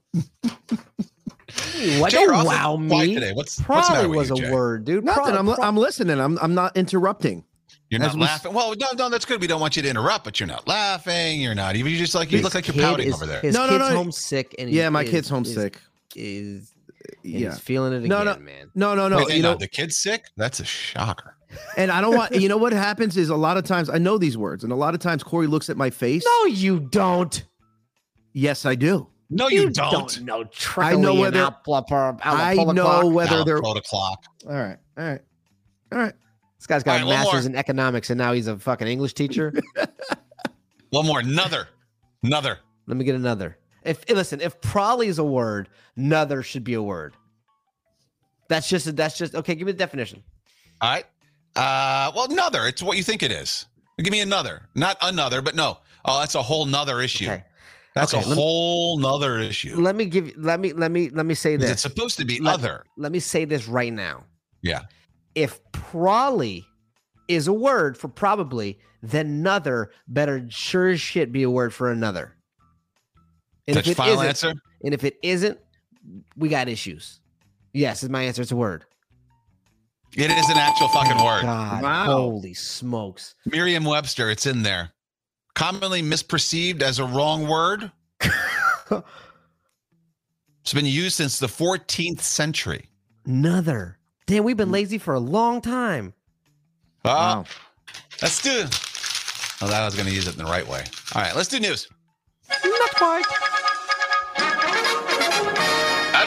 Speaker 3: Why
Speaker 2: Jay
Speaker 3: don't
Speaker 2: Ross is
Speaker 3: wow
Speaker 2: quiet
Speaker 3: me.
Speaker 2: Today. What's, what's the matter
Speaker 3: Probably
Speaker 2: with
Speaker 3: was
Speaker 2: you,
Speaker 3: a
Speaker 2: Jay?
Speaker 3: word, dude.
Speaker 4: Nothing.
Speaker 3: Prob-
Speaker 4: I'm, li- I'm listening. I'm I'm not interrupting.
Speaker 2: You're
Speaker 4: As
Speaker 2: not
Speaker 4: we s-
Speaker 2: laughing. Well, no, no, that's good. We don't want you to interrupt, but you're not laughing. You're not even. You just like you
Speaker 3: His
Speaker 2: look like you're
Speaker 3: kid
Speaker 2: pouting
Speaker 3: is-
Speaker 2: over there.
Speaker 3: His
Speaker 4: No, no,
Speaker 3: kid's
Speaker 4: no.
Speaker 3: homesick, and he
Speaker 4: Yeah, my
Speaker 3: is-
Speaker 4: kid's homesick.
Speaker 3: Is, is and
Speaker 4: Yeah.
Speaker 3: he's feeling it again,
Speaker 4: No,
Speaker 3: man.
Speaker 4: No, no, no.
Speaker 2: Wait,
Speaker 4: You
Speaker 2: no,
Speaker 4: know,
Speaker 2: the kid's sick. That's a shocker.
Speaker 4: And I don't want you know what happens is a lot of times I know these words, and a lot of times Corey looks at my face.
Speaker 3: No, you don't.
Speaker 4: Yes, I do.
Speaker 2: No, you, don't.
Speaker 3: know
Speaker 4: I know
Speaker 3: Trillian
Speaker 4: whether-
Speaker 3: Alpluper-
Speaker 4: I
Speaker 3: Alpluper-
Speaker 4: know whether
Speaker 2: Now,
Speaker 4: they're all
Speaker 2: throw the clock.
Speaker 4: right, all right, all right.
Speaker 3: This guy's got
Speaker 2: All
Speaker 3: a
Speaker 2: right, one
Speaker 3: master's in economics and now he's a fucking English teacher.
Speaker 2: One more. Another. Another.
Speaker 3: Let me get another. If listen, if probably is a word, another should be a word. That's just that's just okay. Give me the definition.
Speaker 2: All right. Uh, well, another. It's what you think it is. Give me another. Not another, but no. Oh, that's a whole nother issue.
Speaker 3: Okay.
Speaker 2: That's
Speaker 3: Okay,
Speaker 2: a
Speaker 3: lem-
Speaker 2: whole nother issue.
Speaker 3: Let me give. Let me let me let me say
Speaker 2: 'Cause
Speaker 3: this.
Speaker 2: It's supposed to be
Speaker 3: Let-
Speaker 2: other.
Speaker 3: let me say this right now.
Speaker 2: Yeah.
Speaker 3: If probably is a word for probably, then another better sure as shit be a word for another. And
Speaker 2: That's
Speaker 3: if it
Speaker 2: final
Speaker 3: isn't-
Speaker 2: answer.
Speaker 3: and if it isn't, we got issues. Yes, is my answer. It's a word.
Speaker 2: It is an actual fucking word.
Speaker 3: God,
Speaker 4: Wow.
Speaker 3: holy smokes!
Speaker 2: Merriam Webster, it's in there. Commonly misperceived as a wrong word. it's been used since the 14th century.
Speaker 3: Another. Damn, we've been lazy for a long time.
Speaker 2: Oh, let's do Oh, that I was going to use it in the right way. All right, let's do news.
Speaker 5: And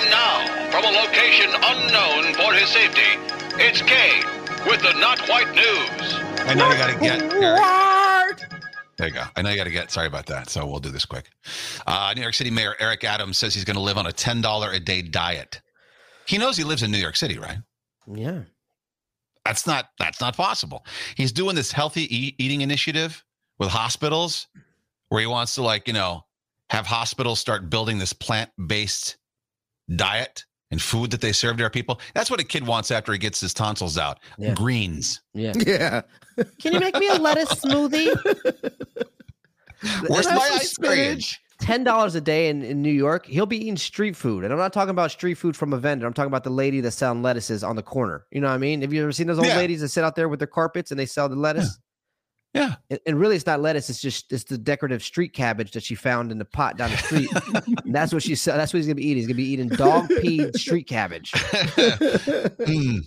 Speaker 5: now, from a location unknown for his safety, it's Kane with the Not White News.
Speaker 2: I know you got to get. Eric. There you go. I know you got to get. Sorry about that. So we'll do this quick. Uh, New York City Mayor Eric Adams says he's going to live on a $10 a day diet. He knows he lives in New York City, right?
Speaker 3: Yeah.
Speaker 2: That's not that's not possible. He's doing this healthy e- eating initiative with hospitals where he wants to like, you know, have hospitals start building this plant-based diet and food that they serve to our people. That's what a kid wants after he gets his tonsils out.
Speaker 3: Yeah.
Speaker 2: Greens.
Speaker 3: Yeah.
Speaker 4: Yeah.
Speaker 3: Can you make me a lettuce smoothie?
Speaker 2: Where's
Speaker 3: That's
Speaker 2: my
Speaker 3: some
Speaker 2: ice cream?
Speaker 3: ten dollars a day in, in New York, he'll be eating street food. And I'm not talking about street food from a vendor. I'm talking about the lady that's selling lettuces on the corner. You know what I mean? Have you ever seen those old
Speaker 2: Yeah.
Speaker 3: ladies that sit out there with their carpets and they sell the lettuce?
Speaker 2: Yeah.
Speaker 3: And, and really, it's not lettuce. It's just it's the decorative street cabbage that she found in the pot down the street. And that's what she sell. That's what he's gonna be eating. He's gonna be eating dog pee street cabbage.
Speaker 2: Mm.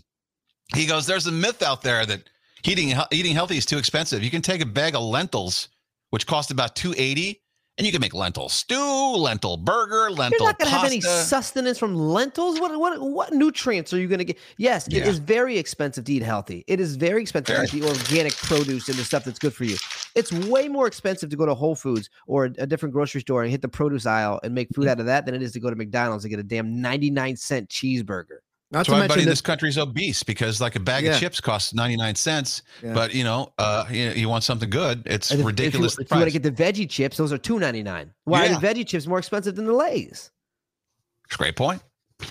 Speaker 2: He goes, There's a myth out there that eating, eating healthy is too expensive. You can take a bag of lentils, which cost about 280 and you can make lentil stew, lentil burger, lentil
Speaker 3: You're not gonna
Speaker 2: pasta.
Speaker 3: have any sustenance from lentils. What what what nutrients are you gonna get? Yes,
Speaker 2: Yeah.
Speaker 3: it is very expensive to eat healthy. It is very expensive
Speaker 2: Very.
Speaker 3: to eat the organic produce and the stuff that's good for you. It's way more expensive to go to Whole Foods or a, a different grocery store and hit the produce aisle and make food out of that than it is to go to McDonald's and get a damn 99 cent cheeseburger.
Speaker 4: Not
Speaker 2: That's
Speaker 4: to
Speaker 2: why
Speaker 4: mention
Speaker 2: everybody in
Speaker 4: that-
Speaker 2: this country's obese because like a bag
Speaker 4: Yeah.
Speaker 2: of chips costs 99 cents.
Speaker 4: Yeah.
Speaker 2: But you know, uh, you, you want something good. It's
Speaker 3: And if-
Speaker 2: ridiculous.
Speaker 3: If you, if you
Speaker 2: price.
Speaker 3: want to get the veggie chips, those are 2.99. Why
Speaker 2: Yeah.
Speaker 3: are the veggie chips more expensive than the Lay's?
Speaker 2: Great point.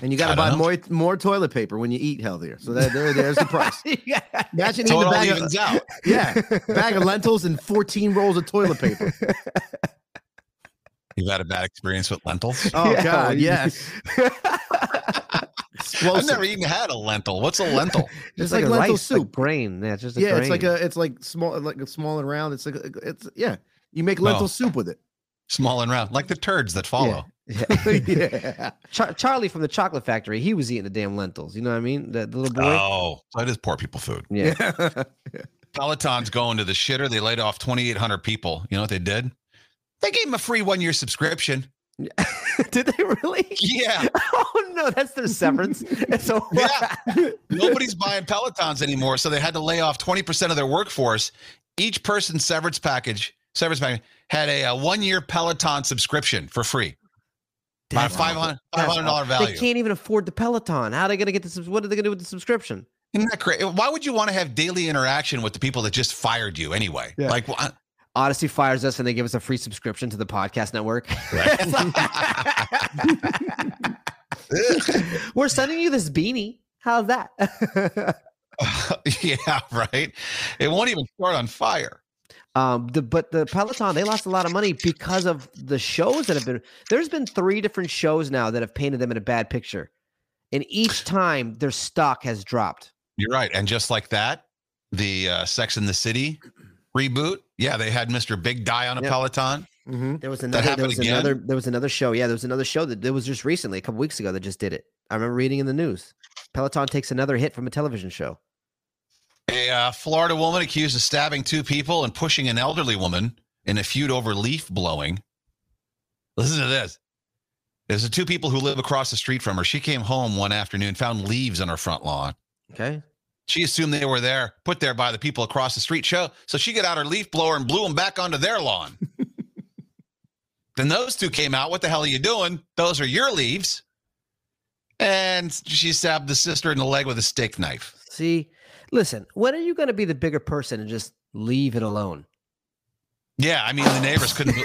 Speaker 4: and you
Speaker 2: I
Speaker 4: got to
Speaker 2: don't
Speaker 4: buy
Speaker 2: know.
Speaker 4: more more toilet paper when you eat healthier. So that, there, there's the price.
Speaker 3: yeah.
Speaker 4: Imagine
Speaker 2: So it
Speaker 4: eating a
Speaker 2: all
Speaker 4: bag of,
Speaker 2: evens out.
Speaker 4: yeah, bag of lentils and 14 rolls of toilet paper.
Speaker 2: You've had a bad experience with lentils.
Speaker 4: Oh
Speaker 3: Yeah.
Speaker 4: God, yes.
Speaker 2: I've
Speaker 4: Explosive.
Speaker 2: never even had a lentil. What's a lentil?
Speaker 4: It's
Speaker 3: Just
Speaker 4: like
Speaker 3: like, a
Speaker 4: lentil
Speaker 3: rice, like
Speaker 4: soup.
Speaker 3: grain. Yeah, it's just a
Speaker 4: yeah,
Speaker 3: grain.
Speaker 4: it's like a it's like small like a small and round. It's like a, it's yeah. You make lentil
Speaker 2: Well.
Speaker 4: soup with it.
Speaker 2: Small and round, like the turds that follow.
Speaker 3: Yeah.
Speaker 4: yeah.
Speaker 3: Char- Charlie from the chocolate factory, he was eating the damn lentils. You know what I mean? The, the little boy.
Speaker 2: Oh, so it is poor people food.
Speaker 3: yeah.
Speaker 2: Peloton's going to the shitter. They laid off 2,800 people. You know what they did? They gave them a free one year subscription.
Speaker 3: Did they really?
Speaker 2: Yeah.
Speaker 3: Oh no, that's their severance. And so
Speaker 2: Yeah. Nobody's buying Pelotons anymore. So they had to lay off 20% of their workforce. Each person's severance package, severance package had a, uh one year Peloton subscription for free. About a
Speaker 3: That's-
Speaker 2: 500
Speaker 3: that's-
Speaker 2: $500
Speaker 3: they
Speaker 2: value.
Speaker 3: can't even afford the Peloton. How are they gonna get the subs- what are they gonna do with the subscription?
Speaker 2: Isn't that crazy? Why would you want to have daily interaction with the people that just fired you anyway?
Speaker 3: Yeah.
Speaker 2: Like, wha-
Speaker 3: Odyssey fires us and they give us a free subscription to the podcast network. It's like- We're sending you this beanie. How's that?
Speaker 2: yeah, right. It won't even start on fire.
Speaker 3: Um, the, but the Peloton, they lost a lot of money because of the shows that have been. There's been three different shows now that have painted them in a bad picture, and each time their stock has dropped.
Speaker 2: You're right. And just like that, the uh, Sex in the City reboot. Yeah, they had Mr. Big Die on a
Speaker 3: Yep.
Speaker 2: Peloton.
Speaker 4: hmm
Speaker 3: There was another.
Speaker 2: happened
Speaker 3: There was
Speaker 2: again?
Speaker 3: another. There was another show. Yeah, there was another show that there was just recently, a couple weeks ago, that just did it. I remember reading in the news. Peloton takes another hit from a television show.
Speaker 2: A uh, uh, Florida woman accused of stabbing two people and pushing an elderly woman in a feud over leaf blowing. Listen to this. There's the two people who live across the street from her. She came home one afternoon, found leaves on her front lawn.
Speaker 3: Okay.
Speaker 2: She assumed they were there, put there by the people across the street. Show so she got out her leaf blower and blew them back onto their lawn. then those two came out. What the hell are you doing? Those are your leaves. And she stabbed the sister in the leg with a steak knife.
Speaker 3: See, listen, when are you going to be the bigger person and just leave it alone?
Speaker 2: Yeah, I mean the neighbors couldn't. be-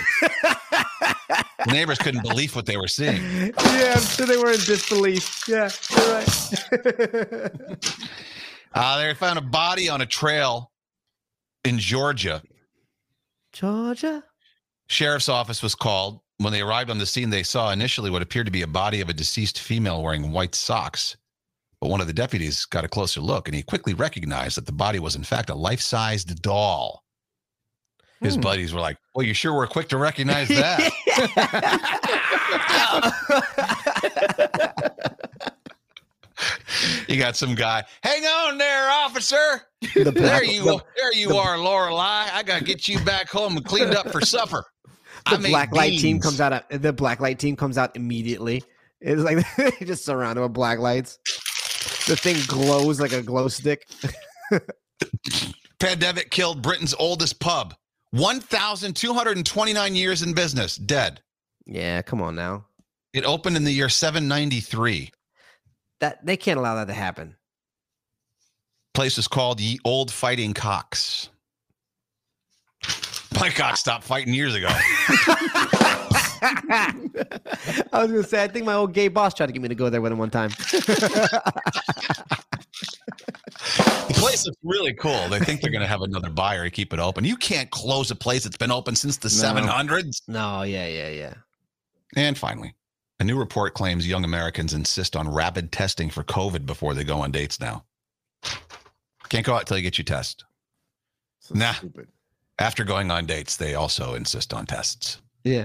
Speaker 2: the neighbors couldn't believe what they were seeing.
Speaker 3: yeah, I'm sure they were in disbelief. Yeah, you're right.
Speaker 2: Uh, they found a body on a trail in Georgia.
Speaker 3: Georgia?
Speaker 2: Sheriff's office was called. When they arrived on the scene, they saw initially what appeared to be a body of a deceased female wearing white socks. But one of the deputies got a closer look and he quickly recognized that the body was, in fact, a life sized doll. His
Speaker 3: Hmm.
Speaker 2: buddies were like, Well, you sure were quick to recognize that. you got some guy, Hang on there, officer.
Speaker 4: The
Speaker 2: There
Speaker 4: black-
Speaker 2: you,
Speaker 4: the-
Speaker 2: there you are, Lorelei. I got to get you back home and cleaned up for supper.
Speaker 3: The
Speaker 2: I made
Speaker 3: black light team
Speaker 2: beans.
Speaker 3: comes out. uh, The black light team comes out immediately. It's like they just surrounded with black lights. The thing glows like a glow stick.
Speaker 2: Pandemic killed Britain's oldest pub. 1,229 years in business, dead.
Speaker 3: Yeah, come on now.
Speaker 2: It opened in the year 793.
Speaker 3: That they can't allow that to happen.
Speaker 2: Place is called Ye Old Fighting Cox. My cock stopped fighting years ago.
Speaker 3: I was gonna say, I think my old gay boss tried to get me to go there with him one time.
Speaker 2: The place is really cool. They think they're going to have another buyer to keep it open. You can't close a place that's been open since the
Speaker 4: No.
Speaker 2: 700s.
Speaker 3: No, yeah, yeah, yeah.
Speaker 2: And finally, a new report claims young Americans insist on rapid testing for COVID before they go on dates now. Can't go out till you get your test.
Speaker 4: so
Speaker 2: Nah.
Speaker 4: Stupid.
Speaker 2: After going on dates, they also insist on tests
Speaker 3: Yeah.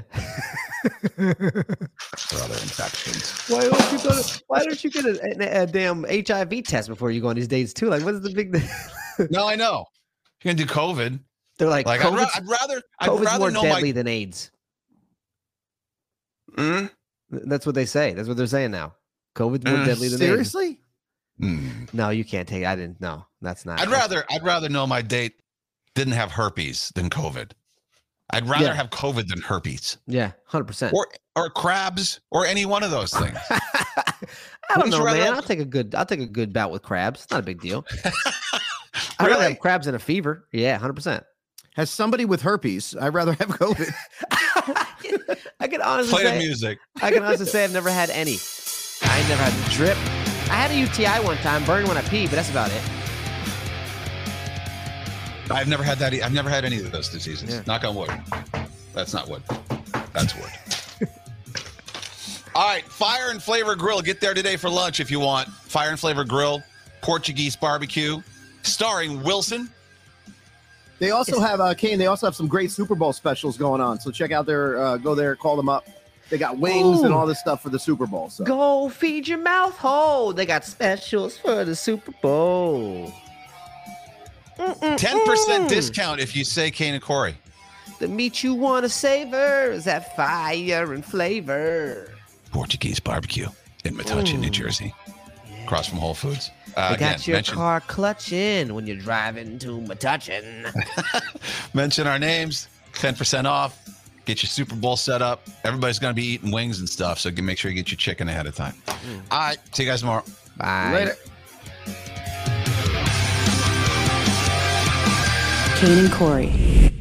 Speaker 2: for other infections.
Speaker 3: why don't you go to, why don't you get a, a, a damn HIV test before you go on these dates too? Like what's the big
Speaker 2: no, I know. You're gonna do COVID.
Speaker 3: They're like,
Speaker 2: Like I'd, ra-
Speaker 3: COVID's,
Speaker 2: I'd rather I'd
Speaker 3: COVID's
Speaker 2: rather
Speaker 3: more
Speaker 2: know
Speaker 3: deadly than AIDS.
Speaker 2: my Mm?
Speaker 3: Th- That's what they say. That's what they're saying now. COVID's more
Speaker 2: Mm,
Speaker 3: deadly than
Speaker 4: Seriously?
Speaker 2: Mm.
Speaker 3: AIDS. No, you can't take. I didn't. No, that's not.
Speaker 2: I'd
Speaker 3: that's-
Speaker 2: rather I'd rather know my date didn't have herpes than COVID. I'd rather
Speaker 3: Yeah.
Speaker 2: have COVID than herpes
Speaker 3: Yeah, hundred percent.
Speaker 2: or or crabs or any one of those things.
Speaker 3: I
Speaker 2: Wouldn't you
Speaker 3: don't know,
Speaker 2: rather
Speaker 3: man.
Speaker 2: have-
Speaker 3: I'll take a good. I'll take a good bout with crabs. It's not a big deal. I'd rather
Speaker 2: Really?
Speaker 3: have crabs than a fever. Yeah, hundred percent.
Speaker 4: Has somebody with herpes? I'd rather have COVID.
Speaker 3: I can honestly
Speaker 2: Play the
Speaker 3: say,
Speaker 2: music.
Speaker 3: I can honestly say I've never had any. I ain't never had a drip. I had a UTI one time, burned when I pee, but that's about it.
Speaker 2: I've never had that. e- I've never had any of those diseases. Knock on wood. That's not wood. That's wood. All right, Fire and Flavor Grill. Get there today for lunch if you want. Fire and Flavor Grill, Portuguese barbecue, starring Wilson.
Speaker 4: They also have uh, Kane. They also have some great Super Bowl specials going on. So check out their uh, go there, call them up. They got wings and
Speaker 3: Ooh.
Speaker 4: all this stuff for the Super Bowl. So
Speaker 3: Go feed your mouth hole. They got specials for the Super Bowl.
Speaker 2: Ten percent
Speaker 3: Mm.
Speaker 2: discount if you say Kane and Corey.
Speaker 3: The meat you want to savor is that fire and flavor.
Speaker 2: Portuguese barbecue in Metuchen, New
Speaker 3: Ooh.
Speaker 2: Jersey, across from Whole Foods. Uh,
Speaker 3: I got
Speaker 2: again,
Speaker 3: your
Speaker 2: mention,
Speaker 3: car clutch in when you're driving to Metuchen.
Speaker 2: mention our names. Ten percent off. Get your Super Bowl set up. Everybody's going to be eating wings and stuff, so make sure you get your chicken ahead of time. All right, see you guys tomorrow.
Speaker 3: Bye.
Speaker 4: later.
Speaker 1: Kane and Corey.